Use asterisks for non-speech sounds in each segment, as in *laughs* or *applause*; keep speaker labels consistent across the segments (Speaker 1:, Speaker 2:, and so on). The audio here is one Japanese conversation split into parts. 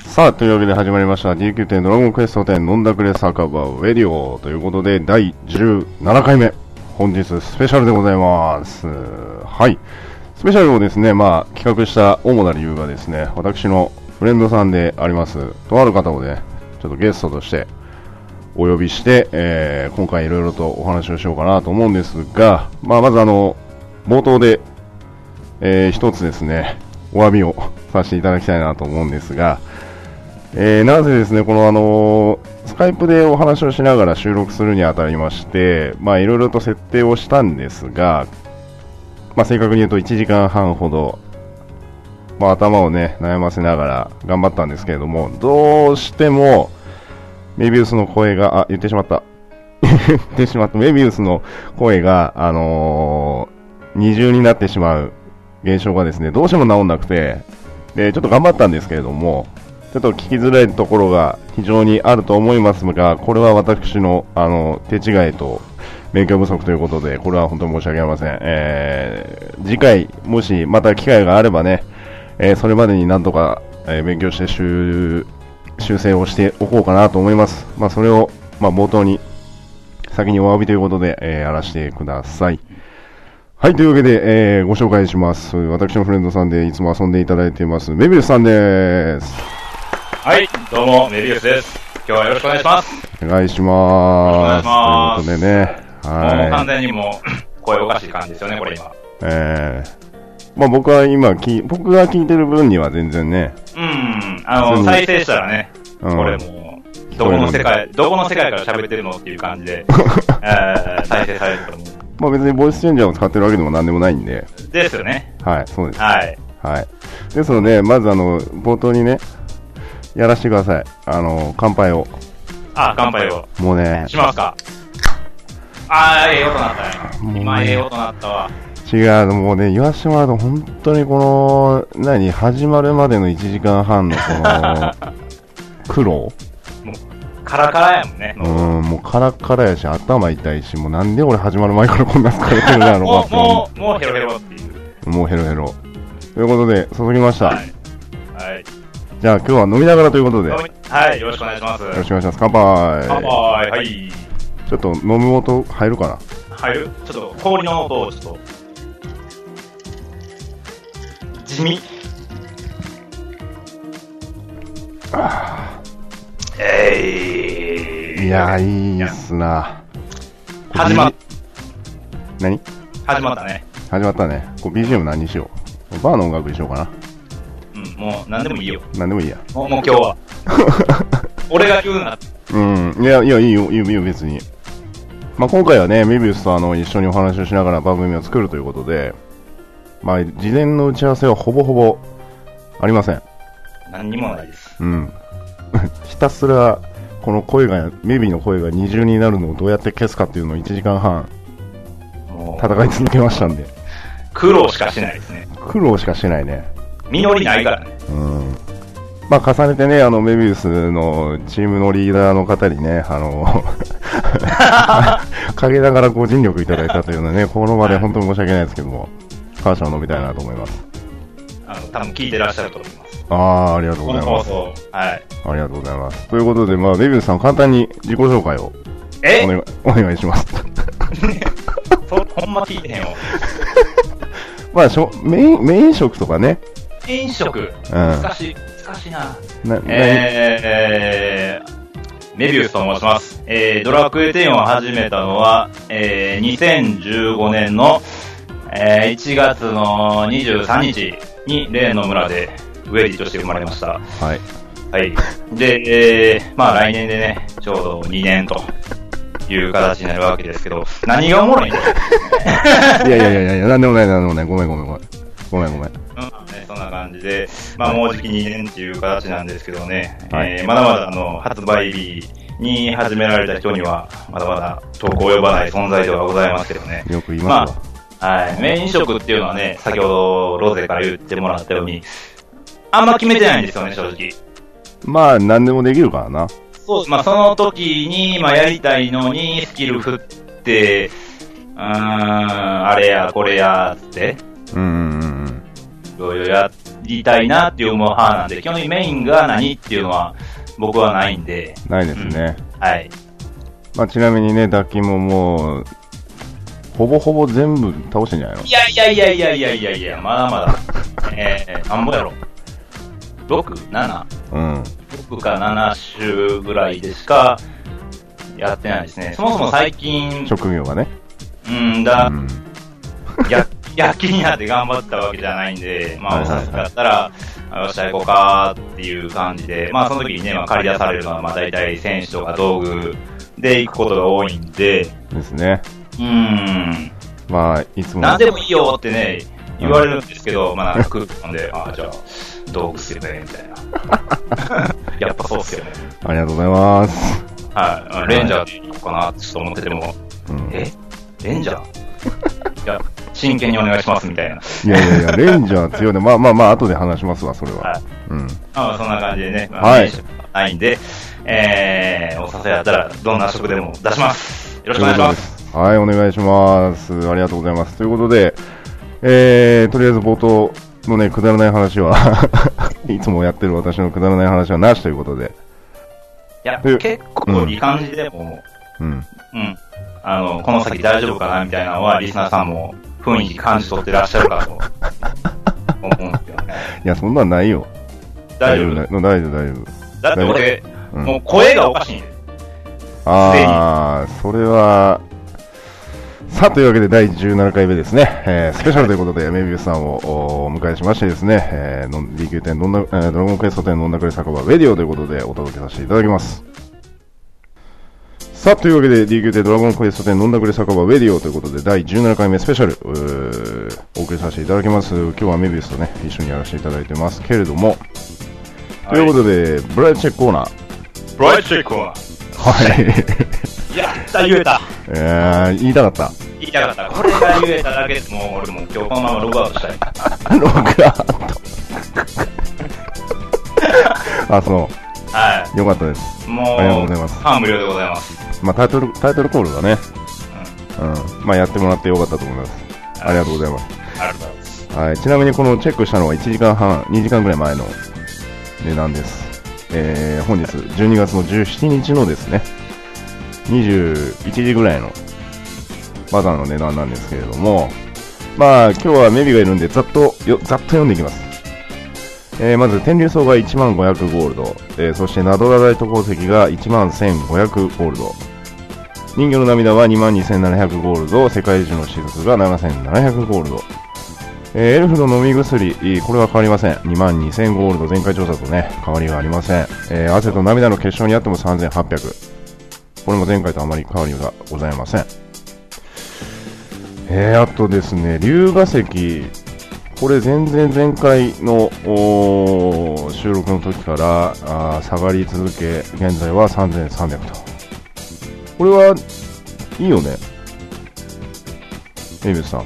Speaker 1: さあ、というわけで始まりました DQ 店ドラゴンクエスト10飲んだくれ酒場ウェディオということで第17回目、本日スペシャルでございます。はい。スペシャルをですね、まあ企画した主な理由がですね、私のフレンドさんであります、とある方をね、ちょっとゲストとしてお呼びして、えー今回いろいろとお話をしようかなと思うんですが、まあまずあの、冒頭で、えー一つですね、お詫びをさせていただきたいなと思うんですが、えーなぜですね、このあのースカイプでお話をしながら収録するにあたりまして、まあいろいろと設定をしたんですが、まあ正確に言うと1時間半ほど、まあ頭をね、悩ませながら頑張ったんですけれども、どうしても、メビウスの声が、あ、言ってしまった。 *laughs* 言ってしまった。メビウスの声が、あのー二重になってしまう現象がですね、どうしても治んなくて、で、ちょっと頑張ったんですけれども、ちょっと聞きづらいところが非常にあると思いますが、これは私のあの手違いと勉強不足ということで、これは本当に申し訳ありません。えー次回、もしまた機会があればね、えーそれまでになんとか、えー勉強して修修正をしておこうかなと思います。まあ、それを、まあ、冒頭に先にお詫びということで、えーやらせてください。はい、というわけで、えーご紹介します。私のフレンドさんでいつも遊んでいただいています、メビウスさんです。
Speaker 2: はい、どうも、メビウスです。今日はよろしくお願いします。
Speaker 1: お願いします。
Speaker 2: お願いします
Speaker 1: ということでね、
Speaker 2: もう完
Speaker 1: はい。
Speaker 2: 全にもう、 *clears throat* 声おかしい感じですよね、これ今。
Speaker 1: えー、まあ僕は今き、僕が聞いてる分には全然ね、
Speaker 2: うん、あ
Speaker 1: そう
Speaker 2: の、再生したらね、
Speaker 1: うん
Speaker 2: これもう、どこの世界、どこの世界から喋ってるのっていう感じ
Speaker 1: *laughs*
Speaker 2: で、えー再生されると思
Speaker 1: まあ別にボイスチェンジャーを使ってるわけでも何でもないんで、
Speaker 2: う。ですよね。
Speaker 1: はい、そうです。
Speaker 2: はい。
Speaker 1: はい。ですので、まずあの、冒頭にね、やらせてください。あの、乾杯を。
Speaker 2: あ、乾杯を。
Speaker 1: もうね
Speaker 2: し、ますか。あー、ええ音なったね。今、ええ音なったわ。
Speaker 1: 違う、もうね、言わせてもらうと、本当にこの、何、始まるまでの1時間半のこ
Speaker 2: *laughs*
Speaker 1: の、苦労
Speaker 2: カラカラやもんね。
Speaker 1: うん、もうカラッカラやし、頭痛いし、もうなんで俺始まる前からこんな疲れてるんだろ
Speaker 2: *laughs* も
Speaker 1: う
Speaker 2: う、
Speaker 1: か
Speaker 2: もう、もうヘロヘロっていう。
Speaker 1: って。もうヘロヘロ。ということで、注ぎました。
Speaker 2: はい。はい。
Speaker 1: じゃあ今日は飲みながらということで、よ
Speaker 2: はい、よろしくお願いします。
Speaker 1: ろしくお願いします。乾杯。
Speaker 2: 乾杯、はい。
Speaker 1: ちょっと飲む音入るかな
Speaker 2: 入るちょっと氷の音をちょっと。地味。えー
Speaker 1: いやー、いいっすな。
Speaker 2: 始ま、
Speaker 1: 何
Speaker 2: 始まったね。
Speaker 1: 始まったね。こう BGM 何にしようバーの音楽にしようかな。
Speaker 2: うん、もう何でもいいよ。
Speaker 1: 何でもいいや。
Speaker 2: もうもう今
Speaker 1: *laughs*
Speaker 2: 日は。俺が言うな。
Speaker 1: うん。いや、いや、いいよ、いいよ、いいよ別に。まあ、今回はね、メビウスとあの、一緒にお話をしながら番組を作るということで、まあ、事前の打ち合わせはほぼほぼありません。
Speaker 2: 何にもないです。
Speaker 1: うん。 *laughs* ひたすら、この声が、メビの声が二重になるのをどうやって消すかっていうのを1時間半
Speaker 2: もう、
Speaker 1: 戦い続けましたんで、
Speaker 2: 苦労しかしないですね。
Speaker 1: 苦労しかしてないね。
Speaker 2: 実りないからね。
Speaker 1: うん。まあ、重ねてね、あの、メビウスのチームのリーダーの方にね、あ *laughs* の、陰ながらご尽力いただいたというのはね、この場で本当に申し訳ないですけども、感謝を述べたいなと思います。
Speaker 2: あの、多分聞いてらっしゃると思います。
Speaker 1: ああ、ありがとう
Speaker 2: こ
Speaker 1: ござ
Speaker 2: の
Speaker 1: いま
Speaker 2: 放
Speaker 1: す。
Speaker 2: 送。はい。
Speaker 1: ありがとうございます。ということで、まあ、メビウスさん、簡単に自己紹介を
Speaker 2: え
Speaker 1: お願いお願いします。 *laughs*
Speaker 2: そほんま聞いてへんよ。
Speaker 1: まあ、しょメイン、メイン食とかね。
Speaker 2: 飲食。
Speaker 1: うん。な
Speaker 2: 難しい、難しいな。
Speaker 1: な
Speaker 2: えー、メビウスと申します。えー、ドラクエ10を始めたのは、えー、2015年の、えー、1月の23日に、例の村で、ウェディとして生まれました。
Speaker 1: はい。
Speaker 2: はい。で、えー、まあ来年でね、ちょうど2年という形になるわけですけど、何がおもろいんだよ。
Speaker 1: いやいやいやいや、なんでもない、なんでもない。ごめんごめんごめん。ごめんごめん。
Speaker 2: うんね、そんな感じで、まあ、もうじき2年っていう形なんですけどね、
Speaker 1: はい
Speaker 2: えーまだまだあの発売日に始められた人には、まだまだ遠く及ばない存在ではございますけどね、
Speaker 1: よく言いますわ。
Speaker 2: はい、メイン食っていうのはね、先ほどロゼから言ってもらったように、あんま決めてないんですよね、正直。
Speaker 1: まあ、なんでもできるからな。
Speaker 2: そうまあ、その時に、まあ、やりたいのにスキル振って、うーん、あれやこれやって、
Speaker 1: うんうんうんうん。
Speaker 2: いろいろやっりたいなって思う派なんで、基本的にメインが何っていうのは僕はないんで、
Speaker 1: ないですね。
Speaker 2: はい。
Speaker 1: まあ、ちなみにね、ダキももう、ほぼほぼ全部倒してんじゃないの
Speaker 2: いやいやいやいやいやいやいや、まだまだ。えー、なんぼやろ。6、7、
Speaker 1: うん。
Speaker 2: 6か7週ぐらいでしかやってないですね。そもそも最近、
Speaker 1: 職業がね。
Speaker 2: うん
Speaker 1: う
Speaker 2: だ、
Speaker 1: ん。
Speaker 2: や、躍起になって頑張ったわけじゃないんで、まあ、
Speaker 1: はい
Speaker 2: お
Speaker 1: はいはい
Speaker 2: 札買ったら、あよっしゃ、行こうかっていう感じで、まあ、その時にね、まあ、借り出されるのは、まあ、大体選手とか道具で行くことが多いんで、
Speaker 1: ですね。
Speaker 2: うん、
Speaker 1: まあ、いつも。
Speaker 2: 何でもいいよってね、言われるんですけど、まあ、なんか来るんで、ああ、じゃあ、道具っすよね、みたいな。 *laughs* やっぱそうっすよね。
Speaker 1: ありがとうございます。
Speaker 2: はい。レンジャーで行こうかな、ちょっと思ってても、
Speaker 1: うん。
Speaker 2: えレンジャーいや、真剣にお願いします、みたいな。
Speaker 1: いやいやい
Speaker 2: *laughs*
Speaker 1: や、レンジャー強いね。まあまあまあ、後で話しますわ、それ
Speaker 2: は。
Speaker 1: はいうん。
Speaker 2: まあ、そんな感じでね、まあ、
Speaker 1: はい
Speaker 2: 名刺はないんで、えー、お誘いあったら、どんな職でも出します。よろしくお願いします。
Speaker 1: す。はい、お願いします。ありがとうございます。ということで、えー、とりあえず冒頭のね、くだらない話は、 *laughs* いつもやってる私のくだらない話はなしということで、
Speaker 2: いや、
Speaker 1: え
Speaker 2: 結構いい感じでも、
Speaker 1: うん。
Speaker 2: うん、あの、この先大丈夫かなみたいなのは、リスナーさんも雰囲気感じ取ってらっしゃるかと思うんですよね。
Speaker 1: *laughs* いや、そんなんないよ。
Speaker 2: 大丈夫だ
Speaker 1: 大丈夫、大丈夫。大丈夫
Speaker 2: だって俺、
Speaker 1: うん
Speaker 2: もう声がおかしいんです。
Speaker 1: あー、それは、さあ、というわけで第17回目ですね、えースペシャルということで、メビウスさんをおお迎えしましてですね、えーの、DQ 店どんな、えードラゴンクエスト店飲んだくれ酒場、レディオということでお届けさせていただきます。さあ、というわけで DQ 店ドラゴンクエスト店飲んだくれ酒場、レディオということで、第17回目スペシャル、うーお送りさせていただきます。今日はメビウスとね、一緒にやらせていただいてますけれども、ということで、ブライトチェックコーナー。
Speaker 2: ブライトチェックは、
Speaker 1: はい。
Speaker 2: やった、言えた。
Speaker 1: えー、言いたかった。
Speaker 2: 言いたかった。これが言えただけでもう、俺もう今日このままログアウトしたい。
Speaker 1: ログアウト。あ、そ
Speaker 2: は
Speaker 1: う。よかったです。
Speaker 2: い。もう、
Speaker 1: ありがとうございます
Speaker 2: 感無量でございます。
Speaker 1: まあ、タイトル、タイトルコールがね。うん。まあ、やってもらってよかったと思います。ありがとうございます。
Speaker 2: ありがとうございます。
Speaker 1: はい。ちなみに、このチェックしたのは1時間半、2時間ぐらい前の値段です。えー、本日、12月の17日のですね、21時ぐらいのバザーの値段なんですけれども、まあ、今日はメビがいるんで、ざっと、よざっと読んでいきます。えーまず、天竜層が1万500ゴールド、えーそしてナドラライト鉱石が1万1500ゴールド、人魚の涙は2万2700ゴールド、世界中の雫が7700ゴールド、えーエルフの飲み薬、えーこれは変わりません。2万2000ゴールド、前回調査とね、変わりがありません。えー汗と涙の結晶にあっても3800。これも前回とあまり変わりがございません。えーあとですね、龍河石、これ全然前回のおー収録の時からあー下がり続け、現在は3300と。これは、いいよね。エイブスさん。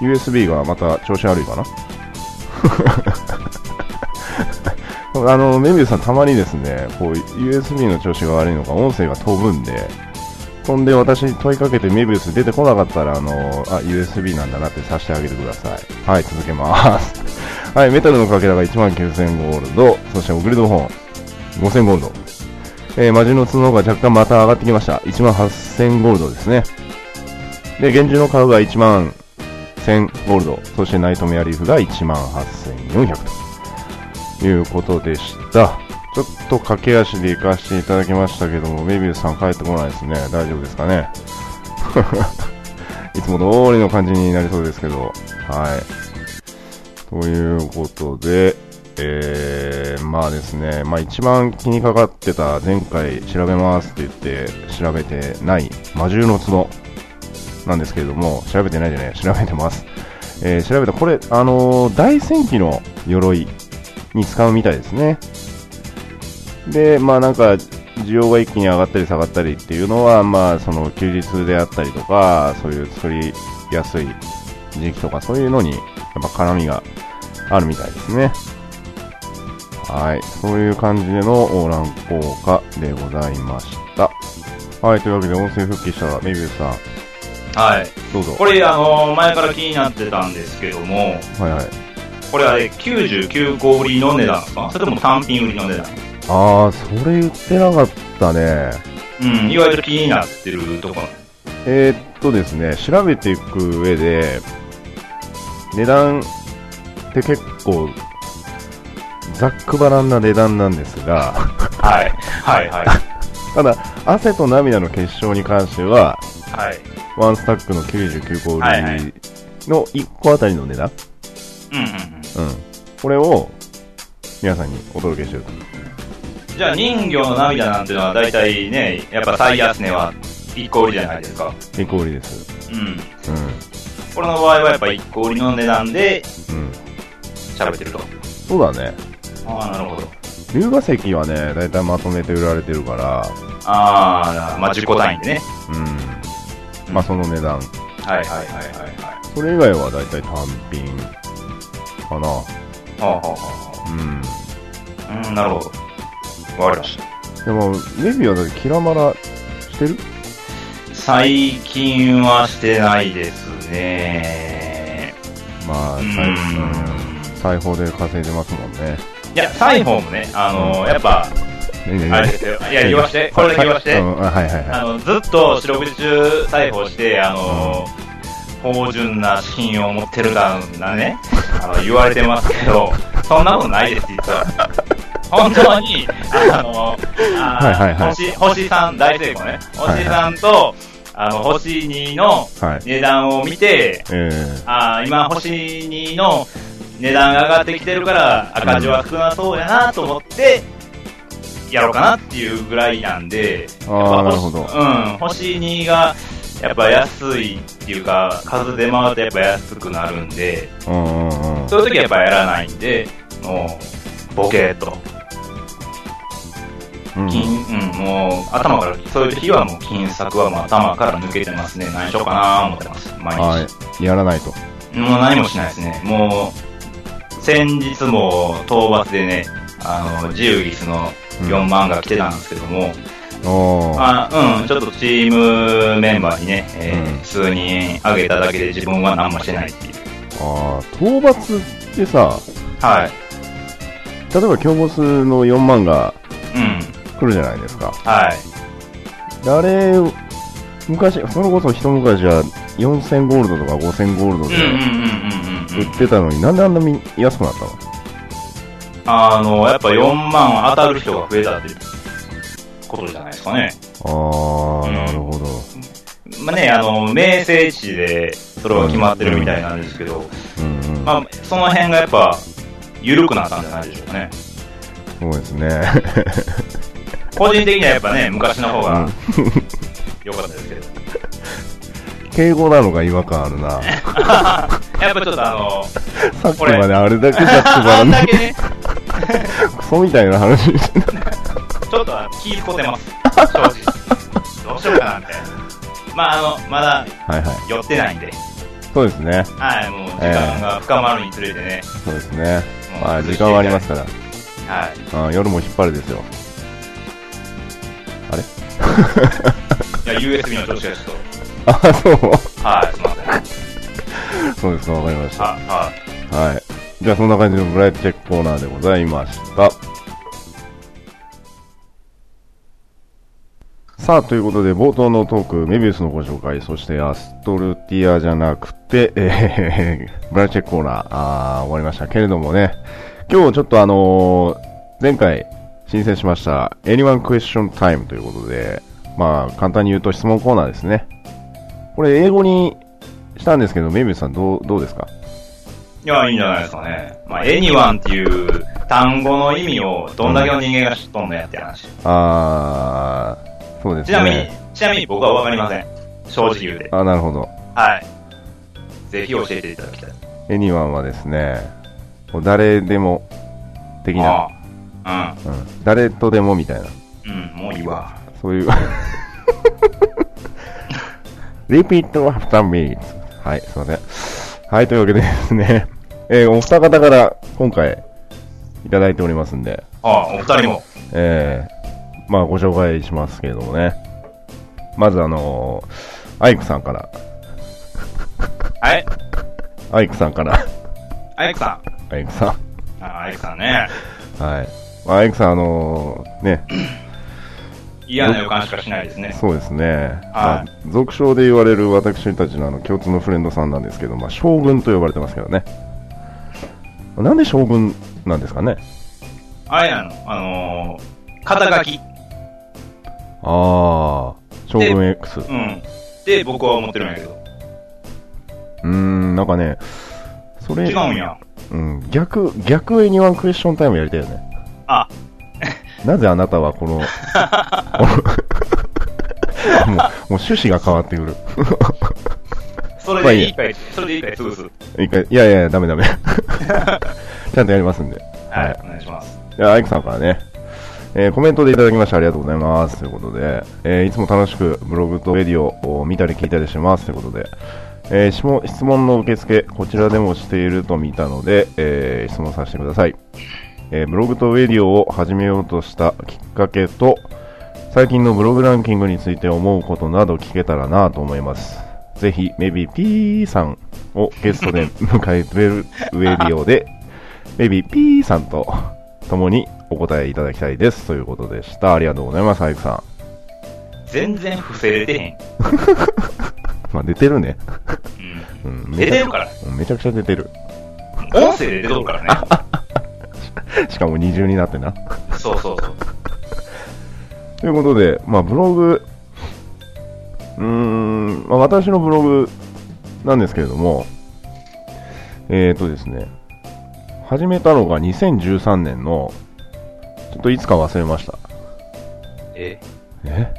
Speaker 1: USB がまた調子悪いかな *laughs* あの、メビウスさんたまにですね、こう、USB の調子が悪いのか、音声が飛ぶんで、飛んで私に問いかけてメビウス出てこなかったら、あの、あ、USB なんだなってさしてあげてください。はい、続けます。 *laughs* はい、メタルのかけらが1万9000ゴールド、そしてオグリドホーン、5000ゴールド。えー、マジの角が若干また上がってきました。1万8000ゴールドですね。で、厳重の顔が1万1000ゴールド、そしてナイトメアリーフが1万8400ということでした。ちょっと駆け足で行かせていただきましたけども、メビウスさん帰ってこないですね。大丈夫ですかね。 *laughs* いつも通りの感じになりそうですけど、はい。ということで、えー、まあですね、まあ一番気にかかってた前回調べますって言って調べてない魔獣の角なんですけれども、調べてないじゃない、調べてます。えー調べた、これ、あのー大戦記の鎧に使うみたいですね。で、まあなんか、需要が一気に上がったり下がったりっていうのは、まあその休日であったりとか、そういう作りやすい時期とか、そういうのに、やっぱ絡みがあるみたいですね。はい、そういう感じでの乱効果でございました。はい、というわけで音声復帰したメビウスさん、
Speaker 2: はい。
Speaker 1: どうぞ。
Speaker 2: これ、あの、前から気になってたんですけども、
Speaker 1: はいはい。
Speaker 2: これあれ、99個売りの値段ですかそれとも単品売りの値段
Speaker 1: ああ、それ言ってなかったね。
Speaker 2: うん、意外と気になってるところ。
Speaker 1: えーっとですね、調べていく上で、値段って結構、ざっくばらんな値段なんですが、 *laughs*
Speaker 2: はい。はいはい。
Speaker 1: ただ、汗と涙の結晶に関しては、
Speaker 2: はい。
Speaker 1: ワンスタックの99個売
Speaker 2: はいはい
Speaker 1: りの1個あたりの値段、
Speaker 2: うんうんうん。
Speaker 1: うん。これを、皆さんにお届けしてると。
Speaker 2: じゃあ人魚の涙なんてのは大体ね、やっぱ最安値は1個売りじゃないですか。
Speaker 1: 1個売りです。
Speaker 2: うん。
Speaker 1: う
Speaker 2: これの場合はやっぱ1個売りの値段で
Speaker 1: ん。うん。
Speaker 2: 喋ってると。
Speaker 1: そうだね。
Speaker 2: ああ、なるほど。
Speaker 1: 龍河石はね、だいたいまとめて売られてるから、
Speaker 2: ああ、まあ10個単位でね。
Speaker 1: うん。まあその値段。
Speaker 2: はいはいはいはいは
Speaker 1: それ以外はだいたい単品かな。
Speaker 2: い。はあはあは
Speaker 1: うん。
Speaker 2: あ。うん、なるほど。わかりました。
Speaker 1: でも、メビはだってキラマラしてる
Speaker 2: 最近はしてないですね。
Speaker 1: まあ、
Speaker 2: う
Speaker 1: 裁
Speaker 2: ん。
Speaker 1: 裁縫で稼いでますもんね。
Speaker 2: いや、サイフォンもね、あのーやっぱ、
Speaker 1: ね
Speaker 2: あれですよ。いや、言わして、これだけ言わし
Speaker 1: は
Speaker 2: て
Speaker 1: い。うんあはいはい
Speaker 2: あ
Speaker 1: は
Speaker 2: の、ずっと四六時中裁縫して、あのー、芳醇な資金を持ってるだなね、あの、言われてますけ
Speaker 1: *laughs*
Speaker 2: ど、そんなことないです、実は。本当に、あのー、あー
Speaker 1: はいはいはい
Speaker 2: 星、星さん、大成功ね。
Speaker 1: はいはい
Speaker 2: 星さんと、あの、星2の
Speaker 1: い。はい。
Speaker 2: 値段を見て、
Speaker 1: え
Speaker 2: あー今、星2の値段が上がってきてるから、赤字は少なそうやなと思って、やろうかなっていうぐらいなんで、
Speaker 1: えああ、なるほど。
Speaker 2: うん、星2が、やっぱ安いっていうか、数で回るとやっぱ安くなるんで、
Speaker 1: うんうんうん。
Speaker 2: そういう時はやっぱやらないんで、もう、ボケーっと、金、
Speaker 1: うん
Speaker 2: うん、もう、頭から、そういう時はもう金策はもう頭から抜けてますね。何しようかなー思ってます、毎日。
Speaker 1: はい。やらないと。
Speaker 2: もう何もしないですね。もう、先日も討伐でね、あの、自由ギスの4万が来てたんですけども、
Speaker 1: おー。
Speaker 2: あうん、ちょっとチームメンバーにね、えー
Speaker 1: うん
Speaker 2: 数人あげただけで自分は何もしてないっていう。
Speaker 1: ああ、討伐ってさ、
Speaker 2: はい。
Speaker 1: 例えば京ボスの4万が
Speaker 2: うん。
Speaker 1: 来るじゃないですか。
Speaker 2: はい。
Speaker 1: あれ、昔、それこそ一昔は4000ゴールドとか5000ゴールド
Speaker 2: うんうん
Speaker 1: で
Speaker 2: うんうんうんう
Speaker 1: 売
Speaker 2: ん
Speaker 1: っ。てたのに、なんであんなに安くなったの
Speaker 2: あの、やっぱ4万当たる人が増えたっていうことじゃないですかね。
Speaker 1: あ
Speaker 2: う
Speaker 1: ー、
Speaker 2: ん
Speaker 1: なるほど。
Speaker 2: まあね、あの、名声地でそれは決まってるみたいなんですけど、
Speaker 1: うんうん。
Speaker 2: まあ、その辺がやっぱ、緩くなったんじゃないでしょうかね。
Speaker 1: そうですね。 *laughs*
Speaker 2: 個人的にはやっぱね、昔の方
Speaker 1: う
Speaker 2: が
Speaker 1: ん
Speaker 2: 良かったです
Speaker 1: *laughs*
Speaker 2: けど。
Speaker 1: 敬語なのが違和感ある
Speaker 2: *laughs*
Speaker 1: な。
Speaker 2: やっぱちょっとあの、
Speaker 1: さっき
Speaker 2: これ
Speaker 1: まであれだけじゃつま
Speaker 2: あ
Speaker 1: ら
Speaker 2: ん
Speaker 1: な
Speaker 2: だ
Speaker 1: い。
Speaker 2: けね、
Speaker 1: クソみたいな話してた。
Speaker 2: ちょっと気使ってます。正直。どうしようかな、みたいな。まあ、あの、まだ
Speaker 1: はいはい。
Speaker 2: 寄ってないんで、
Speaker 1: そうですね。
Speaker 2: はい、もう時間が深まるにつれてね、
Speaker 1: そうですね。
Speaker 2: もう
Speaker 1: まあ、時間はありますから。
Speaker 2: はい。
Speaker 1: うん夜も引っ張るですよ。
Speaker 2: じゃあ USB の調子がちょっ
Speaker 1: ああ、そう。
Speaker 2: と、はい、すいません。は
Speaker 1: そうですか、わかりました。
Speaker 2: は
Speaker 1: はい。じゃあ、そんな感じのブライトチェックコーナーでございました。さあ、ということで、冒頭のトーク、メビウスのご紹介、そしてアストルティアじゃなくて、えー、ブライトチェックコーナー、あー終わりましたけれどもね、今日ちょっとあのー前回申請しました、Anyone Question Time ということで、まあ、簡単に言うと質問コーナーですね。これ、英語にしたんですけど、メビウスさんどう、どうですか
Speaker 2: い。いや、いいんじゃないですかね。まあ、anyone っていう単語の意味をどんだけの人間が知っとんのやって話。
Speaker 1: あー、そうです
Speaker 2: ち
Speaker 1: ね。
Speaker 2: なみに、ちなみに僕はわかりません。正直言うて。
Speaker 1: あ、なるほど。
Speaker 2: はい。ぜひ教えていただきたい。
Speaker 1: エニワンはですね、こう誰でも的な、
Speaker 2: ああ
Speaker 1: うん、誰とでもみたいな、
Speaker 2: うん。うん、もういいわ。
Speaker 1: そう *laughs* いう。Repeat after me. はい、すいません。はい、というわけでですね、えーお二方から今回いただいておりますんで、
Speaker 2: ああ、お二人も。
Speaker 1: えー、まあご紹介しますけれどもね。まずあのーアイクさんから
Speaker 2: はい。
Speaker 1: アイクさんから。
Speaker 2: アイクさ
Speaker 1: アイクさ
Speaker 2: ん。あアイクさんね。
Speaker 1: ん。はい。まあアイクさん、あのーね、
Speaker 2: 嫌な予感しかしないですね。
Speaker 1: そうですね。
Speaker 2: は
Speaker 1: まあ、俗称で言われる私たちのあの共通のフレンドさんなんですけど、まあ、将軍と呼ばれてますけどね。なんで将軍なんですかね。
Speaker 2: あれなの、あのー、肩書き。
Speaker 1: ああ、将軍 X。う
Speaker 2: うん。で、僕は思ってるんやけど。
Speaker 1: ーん、なんかね、それ、
Speaker 2: 違うんや。
Speaker 1: うん、逆、逆 A21 クエスチョンタイムやりたいよね。
Speaker 2: あ、
Speaker 1: なぜあなたは
Speaker 2: *laughs*
Speaker 1: この、もうもう趣旨が変わってくる。
Speaker 2: それ
Speaker 1: まあいいや
Speaker 2: でいいかい、それでいいかい、潰す。
Speaker 1: 一回、いやいやいや、ダメ
Speaker 2: *laughs*
Speaker 1: ダメ。ちゃんとやりますんで。
Speaker 2: はい、お願いします。
Speaker 1: じゃあ、アイクさんからね、えーコメントでいただきましてありがとうございます。ということで、えーいつも楽しくブログとレディオを見たり聞いたりしてます。ということで、えー質問質問の受付、こちらでもしていると見たので、えー質問させてください。えーブログとレディオを始めようとしたきっかけと、最近のブログランキングについて思うことなど聞けたらなと思います。ぜひ、メビピーさんをゲストで迎えてるウェディオで、メビピーさんと共にお答えいただきたいです。ということでした。ありがとうございます、アイクさ
Speaker 2: 全然不正出てへん。
Speaker 1: ん。まあ、出てるね。
Speaker 2: う
Speaker 1: うん、
Speaker 2: ん。出て
Speaker 1: めち
Speaker 2: るから。
Speaker 1: ゃめちゃくちゃ出てる。
Speaker 2: 音声で出とるからね。
Speaker 1: しかも二重になってな。
Speaker 2: そうそうそう。
Speaker 1: ということで、まあ、ブログ、うーん、まあ、私のブログなんですけれども、えっ、ー、とですね、始めたのが2013年の、ちょっといつか忘れました。
Speaker 2: え、
Speaker 1: え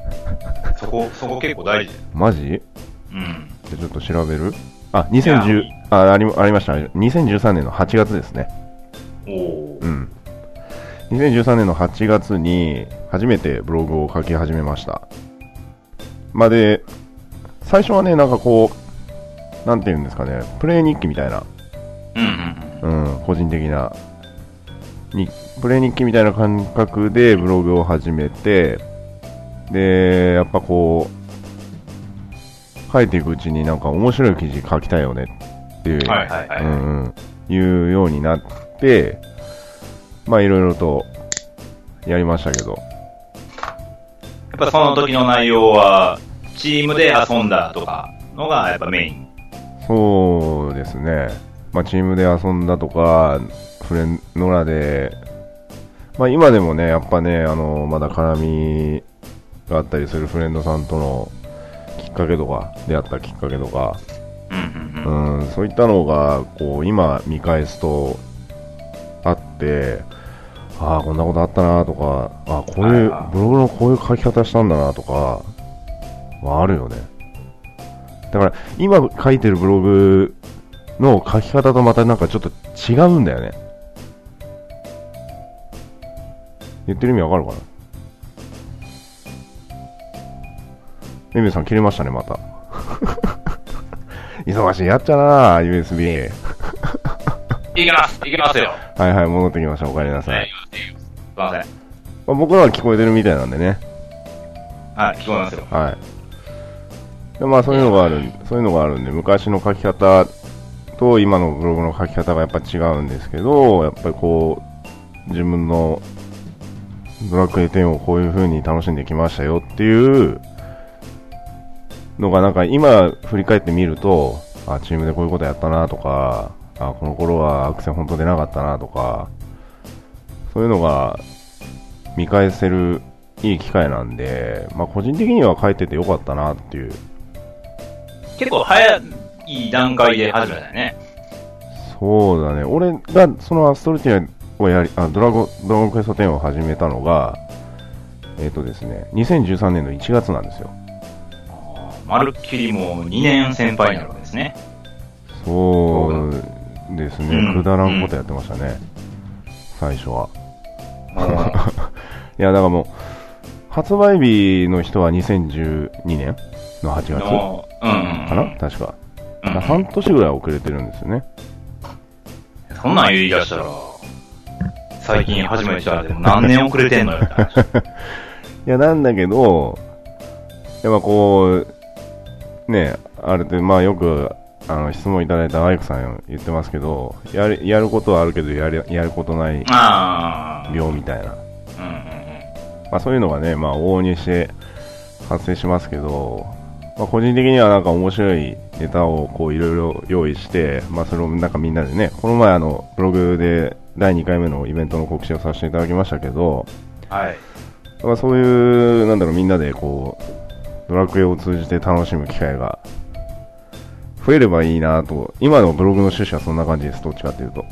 Speaker 2: そこ、そこ結構大事だよ。
Speaker 1: マジ
Speaker 2: うん。
Speaker 1: でちょっと調べるあ、2010、ああり、ありました。2013年の8月ですね。
Speaker 2: おー
Speaker 1: うん。2013年の8月に初めてブログを書き始めました。まあで、最初はね、なんかこう、なんていうんですかね、プレイ日記みたいな、
Speaker 2: うんう
Speaker 1: う
Speaker 2: ん
Speaker 1: ん、個人的な、にプレイ日記みたいな感覚でブログを始めて、で、やっぱこう、書いていくうちになんか面白い記事書きたいよねっていう、
Speaker 2: うん。はいはいは
Speaker 1: う
Speaker 2: い。
Speaker 1: んうん、いうようになって、まあいろいろとやりましたけど、
Speaker 2: やっぱその時の内容は、チームで遊んだとかのがやっぱメイン。
Speaker 1: そうですね、まあ、チームで遊んだとか、フレンノラで、まあ、今でもね、やっぱね、あのまだ絡みがあったりするフレンドさんとのきっかけとか、出会ったきっかけとか、
Speaker 2: うんうんうん。
Speaker 1: うん、そういったのがこう今見返すとあってああこんなことあったなとかあこういう
Speaker 2: あー
Speaker 1: ブログのこういう書き方したんだなとか、まあ、あるよねだから今書いてるブログの書き方とまたなんかちょっと違うんだよね言ってる意味わかるかなエミューさん切れましたねまた忙しいやっちゃな USB
Speaker 2: いきますいきますよ
Speaker 1: はいはい、戻ってきました。おかえりなさい。
Speaker 2: はい、すいません。
Speaker 1: まあ、僕らは聞こえてるみたいなんでね。
Speaker 2: はい、聞こえますよ。
Speaker 1: はい。でまあ、そういうのがある、そういうのがあるんで、昔の書き方と今のブログの書き方がやっぱ違うんですけど、やっぱりこう、自分のドラクエ10をこういう風に楽しんできましたよっていうのがなんか今振り返ってみると、あ、チームでこういうことやったなとか、あ、この頃はアクセン本当出なかったなとか、そういうのが見返せるいい機会なんで、まあ、個人的には書いててよかったなっていう、
Speaker 2: 結構早い段階で始めたよね。
Speaker 1: そうだね、俺がそのアストルティアをやり、あドラゴンドラゴンクエスト10を始めたのが、えっ、とですね、2013年の1月なんですよ。
Speaker 2: まるっきりもう2年先輩になるわけですね。
Speaker 1: そうですね、
Speaker 2: う
Speaker 1: く
Speaker 2: ん
Speaker 1: だらんことやってましたね、最初は。
Speaker 2: あ
Speaker 1: *laughs* いや、だからもう、発売日の人は2012年の8月か
Speaker 2: の、うんうんうん。
Speaker 1: な、確か。
Speaker 2: う
Speaker 1: だから
Speaker 2: ん
Speaker 1: 半年ぐらい遅れてるんですよね。
Speaker 2: うん。そんなん言い出したら、最近始めたらでも何年遅れてんのよって話。
Speaker 1: いや、なんだけど、やっぱこう、ね、あれって、まあよく、あの質問いただいたアイクさん言ってますけど、やるやることはあるけどやる、やることない
Speaker 2: ああ。
Speaker 1: 病みたいな、
Speaker 2: うんうんうん。
Speaker 1: まあ、そういうのがね、まあ、往々にして発生しますけど、まあ、個人的にはなんか面白いネタをこういろいろ用意して、まあ、それをなんかみんなでね、この前あの、ブログで第2回目のイベントの告知をさせていただきましたけど、
Speaker 2: はい。
Speaker 1: まあ、そういう、なんだろう、みんなでこう、ドラクエを通じて楽しむ機会が増えればいいなと、今のブログの趣旨はそんな感じです、どっちかっていうと。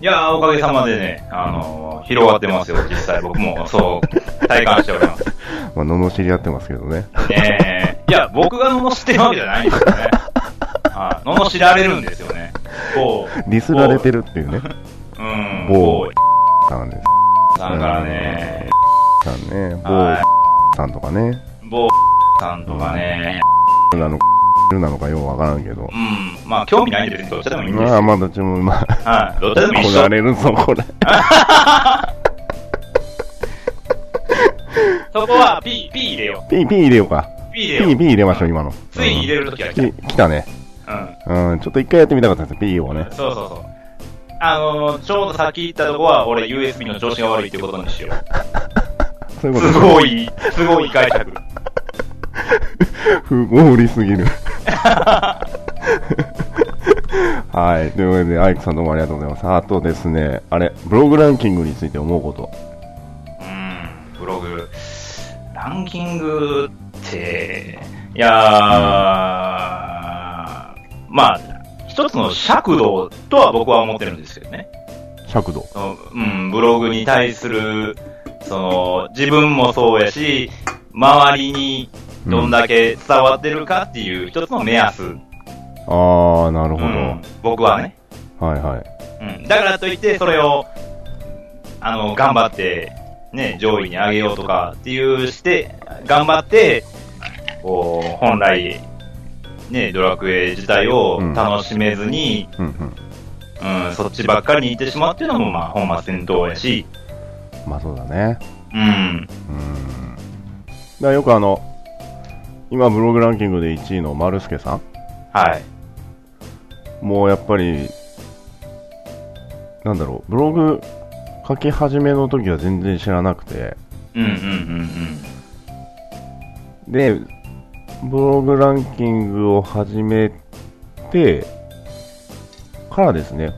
Speaker 2: いやー、おかげさまでね、あのー広がってますよ、実際僕も、そう、体感しております。
Speaker 1: まあ、罵り合ってますけど
Speaker 2: *laughs*
Speaker 1: ね。
Speaker 2: えー、いや、僕が罵ってるわけじゃないんですよね。はい、罵られるんですよね。こう。
Speaker 1: ディスられてるっていうね、
Speaker 2: う。うん。
Speaker 1: 某
Speaker 2: 某
Speaker 1: さんです。
Speaker 2: さんからね、
Speaker 1: さんね、某
Speaker 2: は
Speaker 1: さんとかね、
Speaker 2: 某さんとかね、
Speaker 1: なのか、なのかようわからんけど
Speaker 2: う。ん。まあ、興味ないんで別にどっちでもいいんです
Speaker 1: まあ
Speaker 2: よ。
Speaker 1: まあどっちも、まあ、
Speaker 2: はい。どっちでも一
Speaker 1: こ
Speaker 2: 緒
Speaker 1: ら。れるぞ、これ。
Speaker 2: そこは P、P 入れよ
Speaker 1: ピーピー入れようか。
Speaker 2: う。P
Speaker 1: ピ
Speaker 2: 入れよ
Speaker 1: ー
Speaker 2: う。
Speaker 1: ピー入れましょう、今の。
Speaker 2: ついに入れ
Speaker 1: る。
Speaker 2: るときが来
Speaker 1: ピ来たね。
Speaker 2: た。うん。
Speaker 1: うん、ちょっと一回やってみたかったです、ピーをね。
Speaker 2: そうそうそう。あのー、ちょうどさっき言ったとこは、俺 USB の調子が悪いってことにしよう。
Speaker 1: そういうこと
Speaker 2: すごい、すごい解釈。
Speaker 1: 不合理すぎる。はい。ということで、アイクさんどうもありがとうございます。あとですね、あれ、ブログランキングについて思うこと。
Speaker 2: うん、ブログ。ランキングって、いやー、まあ、一つの尺度とは僕は思ってるんですけどね。
Speaker 1: 尺度。
Speaker 2: そのうん、ブログに対する、その、自分もそうやし、周りにどんだけ伝わってるかっていう一つの目安。
Speaker 1: あー、なるほど。
Speaker 2: うん僕はね。
Speaker 1: はいはい。
Speaker 2: うん、だからといって、それを、あの、頑張って、ね、上位に上げようとかっていうして、頑張って、こう、本来、ね、ドラクエ自体を楽しめずに、
Speaker 1: うんうん。
Speaker 2: うん、そっちばっかりに行ってしまうっていうのも、まあ、本末転倒やし、
Speaker 1: まあそうだね。
Speaker 2: うん、
Speaker 1: うん。だからよくあの、今ブログランキングで1位の丸助さん
Speaker 2: はい。
Speaker 1: もうやっぱり、なんだろう、ブログ書き始めの時は全然知らなくて、
Speaker 2: うん、うん、うん、
Speaker 1: で、ブログランキングを始めてからですね、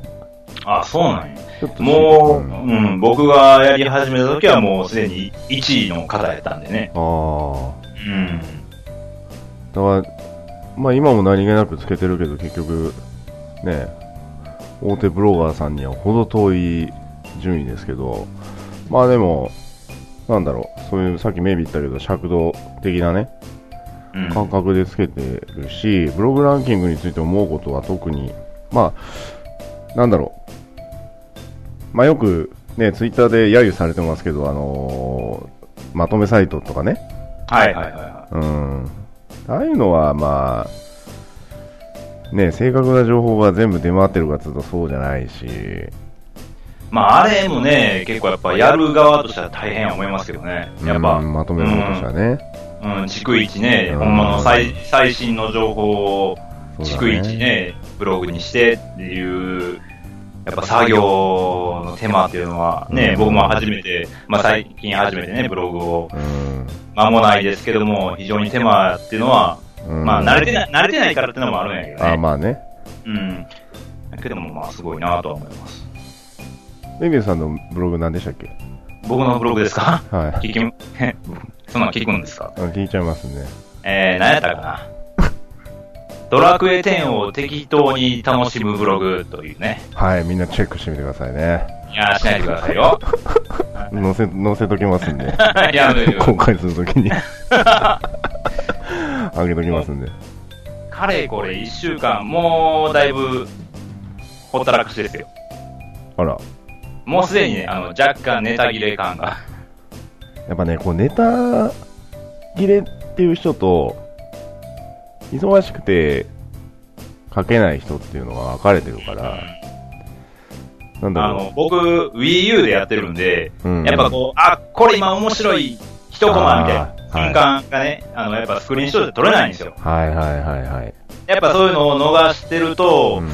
Speaker 2: うん。あ、そうなんや。
Speaker 1: ちょっと
Speaker 2: もう、
Speaker 1: ん
Speaker 2: うん、僕がやり始めた時はもうすでに1位の方やったんでね。
Speaker 1: あ
Speaker 2: うん。
Speaker 1: あ、だから、まあ今も何気なくつけてるけど、結局、ね、大手ブロガーさんにはほど遠い順位ですけど、まあでも、なんだろう、そういうさっきメイビー言ったけど、尺度的なね、
Speaker 2: うん。
Speaker 1: 感覚でつけてるし、ブログランキングについて思うことは特に、まあ、なんだろう、まあ、よく、ね、ツイッターで揶揄されてますけど、あのーまとめサイトとかね、
Speaker 2: はい、はい、はいはい。
Speaker 1: うん、ああいうのは、まあ、ね、正確な情報が全部出回ってるかというとそうじゃないし、
Speaker 2: まあ、あれもね、結構やっぱやる側としては大変や思いますけどね。やっぱ、
Speaker 1: うんまとめ物としてはね、
Speaker 2: うん、うん逐一ね、
Speaker 1: うん
Speaker 2: ほんまの最最新の情報を
Speaker 1: そうだ
Speaker 2: 逐一ね、ブログにしてっていう、やっぱ作業の手間っていうのはね、
Speaker 1: うん
Speaker 2: 僕も初めて、まあ最近初めてね、ブログを、
Speaker 1: うん
Speaker 2: 間もないですけども、非常に手間っていうのは、
Speaker 1: うん
Speaker 2: まあ慣れてない、慣れてないからっていうのもあるんやけどね。
Speaker 1: あまあね、
Speaker 2: うん。だけども、まあすごいなとは思います。
Speaker 1: レビューさんのブログなんでしたっけ
Speaker 2: 僕のブログですか
Speaker 1: はい。
Speaker 2: 聞き *laughs* も、そんなん聞くんですか
Speaker 1: あ聞いちゃいますね。
Speaker 2: えー、何やったか
Speaker 1: *laughs*
Speaker 2: な。ドラクエ10を適当に楽しむブログというね。
Speaker 1: はい、みんなチェックしてみてくださいね。
Speaker 2: いやー、しないでくださいよ。 *laughs*
Speaker 1: 載せ、載せときますんで。
Speaker 2: いや、で
Speaker 1: 公開するときに。 *laughs* あげときますんで。
Speaker 2: かれこれ1週間、もうだいぶ、ほったらかしですよ。
Speaker 1: あら。
Speaker 2: もうすでにね、あの、若干ネタ切れ感が。
Speaker 1: やっぱね、こうネタ切れっていう人と、忙しくて書けない人っていうのが分かれてるから、なんだ
Speaker 2: あ
Speaker 1: ろ
Speaker 2: の、僕、Wii U でやってるんで、
Speaker 1: う。うん
Speaker 2: やっぱこう、あ、これ今面白い一コマみたいな。
Speaker 1: あー
Speaker 2: 印鑑がね、あの、やっぱスクリーンショットで撮れないんですよ。
Speaker 1: はいはいはいはい。
Speaker 2: やっぱそういうのを逃してると、
Speaker 1: うん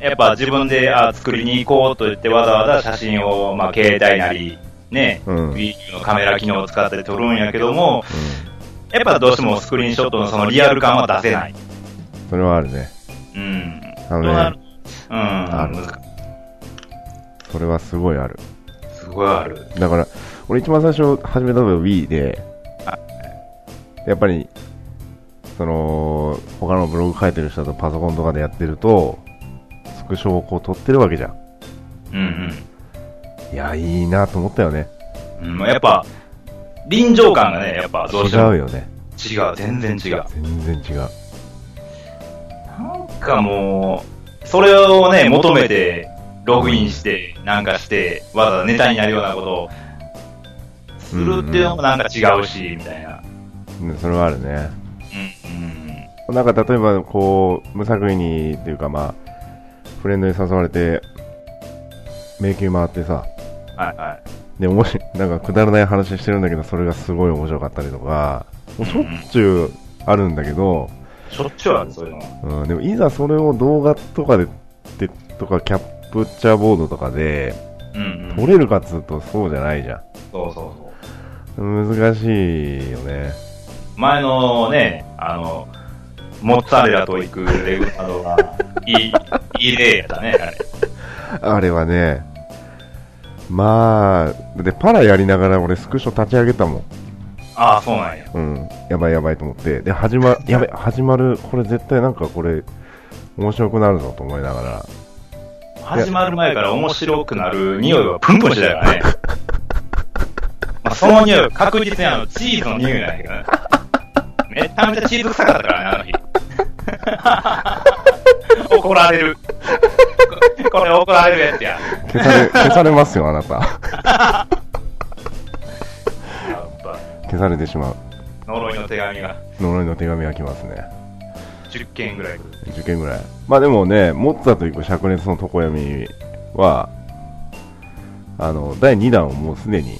Speaker 2: やっぱ自分であ作りに行こうと言ってわざわざ写真を、まあ、携帯なり、ね、
Speaker 1: うん
Speaker 2: Wii U のカメラ機能を使って撮るんやけども、やっぱどうしてもスクリーンショットのそのリアル感は出せない。
Speaker 1: それはあるね。
Speaker 2: うん。
Speaker 1: あのね
Speaker 2: どうなるうん。
Speaker 1: ある
Speaker 2: 難
Speaker 1: それはすごいある。
Speaker 2: すごいある。
Speaker 1: だから、俺一番最初始めたのが Wii で、やっぱり、その、他のブログ書いてる人とパソコンとかでやってると、スクショをこう撮ってるわけじゃん。
Speaker 2: うん
Speaker 1: いや、いいなと思ったよね。
Speaker 2: うん。うん、やっぱ、臨場感がね、やっぱどう
Speaker 1: 違
Speaker 2: しても
Speaker 1: う
Speaker 2: 違う。
Speaker 1: よね。
Speaker 2: 全然違う。
Speaker 1: 全然違う。
Speaker 2: なんかもう、それをね、求めて、ログインして、なんかして、わざわざネタになるようなことを、するっていうのもなんか違うし、みたいな。
Speaker 1: うんそれはあるね。
Speaker 2: うん、うん、
Speaker 1: なんか例えば、こう、無作為に、っていうかまあ、フレンドに誘われて、迷宮回ってさ、
Speaker 2: はいはい。
Speaker 1: で、面白い、なんかくだらない話してるんだけど、それがすごい面白かったりとか、もうしょっちゅうあるんだけど、
Speaker 2: しょっちゅうある、そういうの。
Speaker 1: うん、でもいざそれを動画とかで、でとかキャプチャーボードとかで、
Speaker 2: うん、うん。
Speaker 1: 撮れるかっつうとそうじゃないじゃ
Speaker 2: そうそうそう。
Speaker 1: ん。難しいよね。
Speaker 2: 前のね、あの、モッツァレラと行くレグなどが、いい、いい例やったね、あれ。
Speaker 1: あれはね、まあ、で、パラやりながら俺スクショ立ち上げたもん。
Speaker 2: ああ、そうなんや。
Speaker 1: うん、やばいやばいと思って、で、始ま、やべ、始まる、これ絶対なんかこれ、面白くなるぞと思いながら、
Speaker 2: 始まる前から面白くなる匂いはプンプンしてた *laughs* からね。まあ、その匂い、確実にあの、チーズの匂いなんやけどね。めちゃめちゃチーズ臭かったからね、あの日。怒られる。ここれ怒られるやつや。
Speaker 1: 消され、 *laughs* 消されますよ、あなた。
Speaker 2: やっぱ、
Speaker 1: 消されてしまう。
Speaker 2: 呪いの手紙が
Speaker 1: 呪いの手紙が来ますね。
Speaker 2: 10件ぐらい来る。
Speaker 1: 受験ぐらい。まあでもね、モッツァと行く灼熱の常闇は、あの、第2弾をもうすでに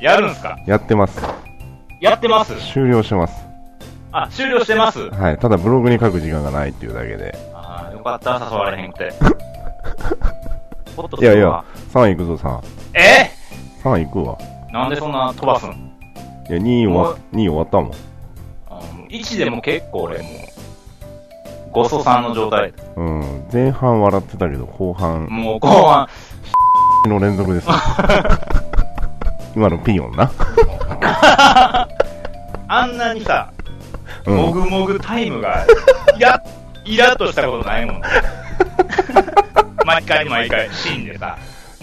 Speaker 2: やるんすか
Speaker 1: やってます。
Speaker 2: やってます
Speaker 1: 終了してます。
Speaker 2: あ、終了してます
Speaker 1: はい。ただブログに書く時間がないっていうだけで。
Speaker 2: ああ、よかった、誘われへんく *laughs* て。ほっと
Speaker 1: いやいや、3行くぞ、3。
Speaker 2: え
Speaker 1: 3行くわ。
Speaker 2: なんでそんな飛ばすん
Speaker 1: いや、2終わ、2終わったもん。
Speaker 2: あの1でも結構俺もう、ごそさんの状態。
Speaker 1: うん、前半笑ってたけど、後半
Speaker 2: もう後半、
Speaker 1: の連続です。今のピヨンな。
Speaker 2: あんなにさ、
Speaker 1: うん
Speaker 2: もぐもぐタイムが、イラッ、 *laughs* イラッとしたことないもん。 *laughs* 毎回毎回、シーンでさ。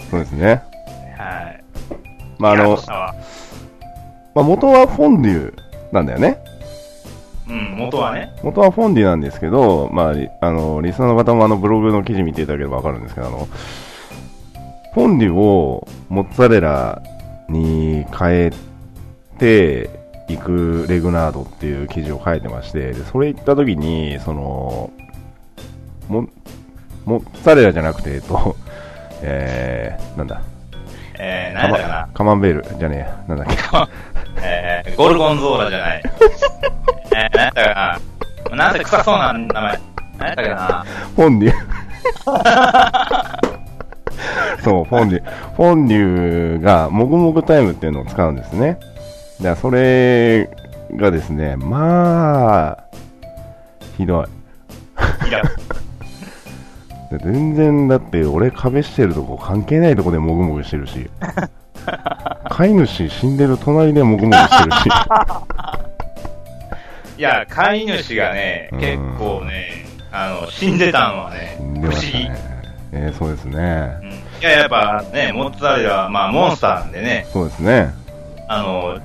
Speaker 1: そうですね。
Speaker 2: はい。
Speaker 1: まあ、あ
Speaker 2: イラッ
Speaker 1: の
Speaker 2: とし、たわ
Speaker 1: まあ、元はフォンデュなんだよね。
Speaker 2: うん、元はね。
Speaker 1: 元はフォンデュなんですけど、まあ、リあの、リスナーの方もあのブログの記事見ていただければわかるんですけど、あの、フォンデュをモッツァレラに変えていくレグナードっていう記事を書いてまして、でそれ行った時に、その、モモッツァレラじゃなくて、えっと、 *laughs* えー、なんだ、
Speaker 2: えー、
Speaker 1: カ
Speaker 2: 何だか
Speaker 1: マ
Speaker 2: な。
Speaker 1: カマンベールじゃねえ、なんだっけ、
Speaker 2: えー、ゴルゴンゾーラじゃない。 *laughs* えー、何だかな。なんせ臭そうな名前。何だかな。
Speaker 1: フォン
Speaker 2: *laughs*
Speaker 1: デュ。そう、フォンデュ。フォンデュが、もぐもぐタイムっていうのを使うんですね。だからそれがですね、まあ、ひどい。
Speaker 2: イラ
Speaker 1: で
Speaker 2: ッ。
Speaker 1: 全然、だって俺壁してるとこ関係ないとこでもぐもぐしてるし、飼い主死んでる隣でもぐもぐしてるし、
Speaker 2: いや、飼い主がね、
Speaker 1: うん
Speaker 2: 結構ね、あの、死んでたのはね、
Speaker 1: 死
Speaker 2: 不
Speaker 1: ん
Speaker 2: 思
Speaker 1: でました
Speaker 2: 議。
Speaker 1: ね。えーそうですね
Speaker 2: う。んいや、やっぱね、モッツァレラは、まあ、モンスターなんでね、
Speaker 1: そうですね。
Speaker 2: あの、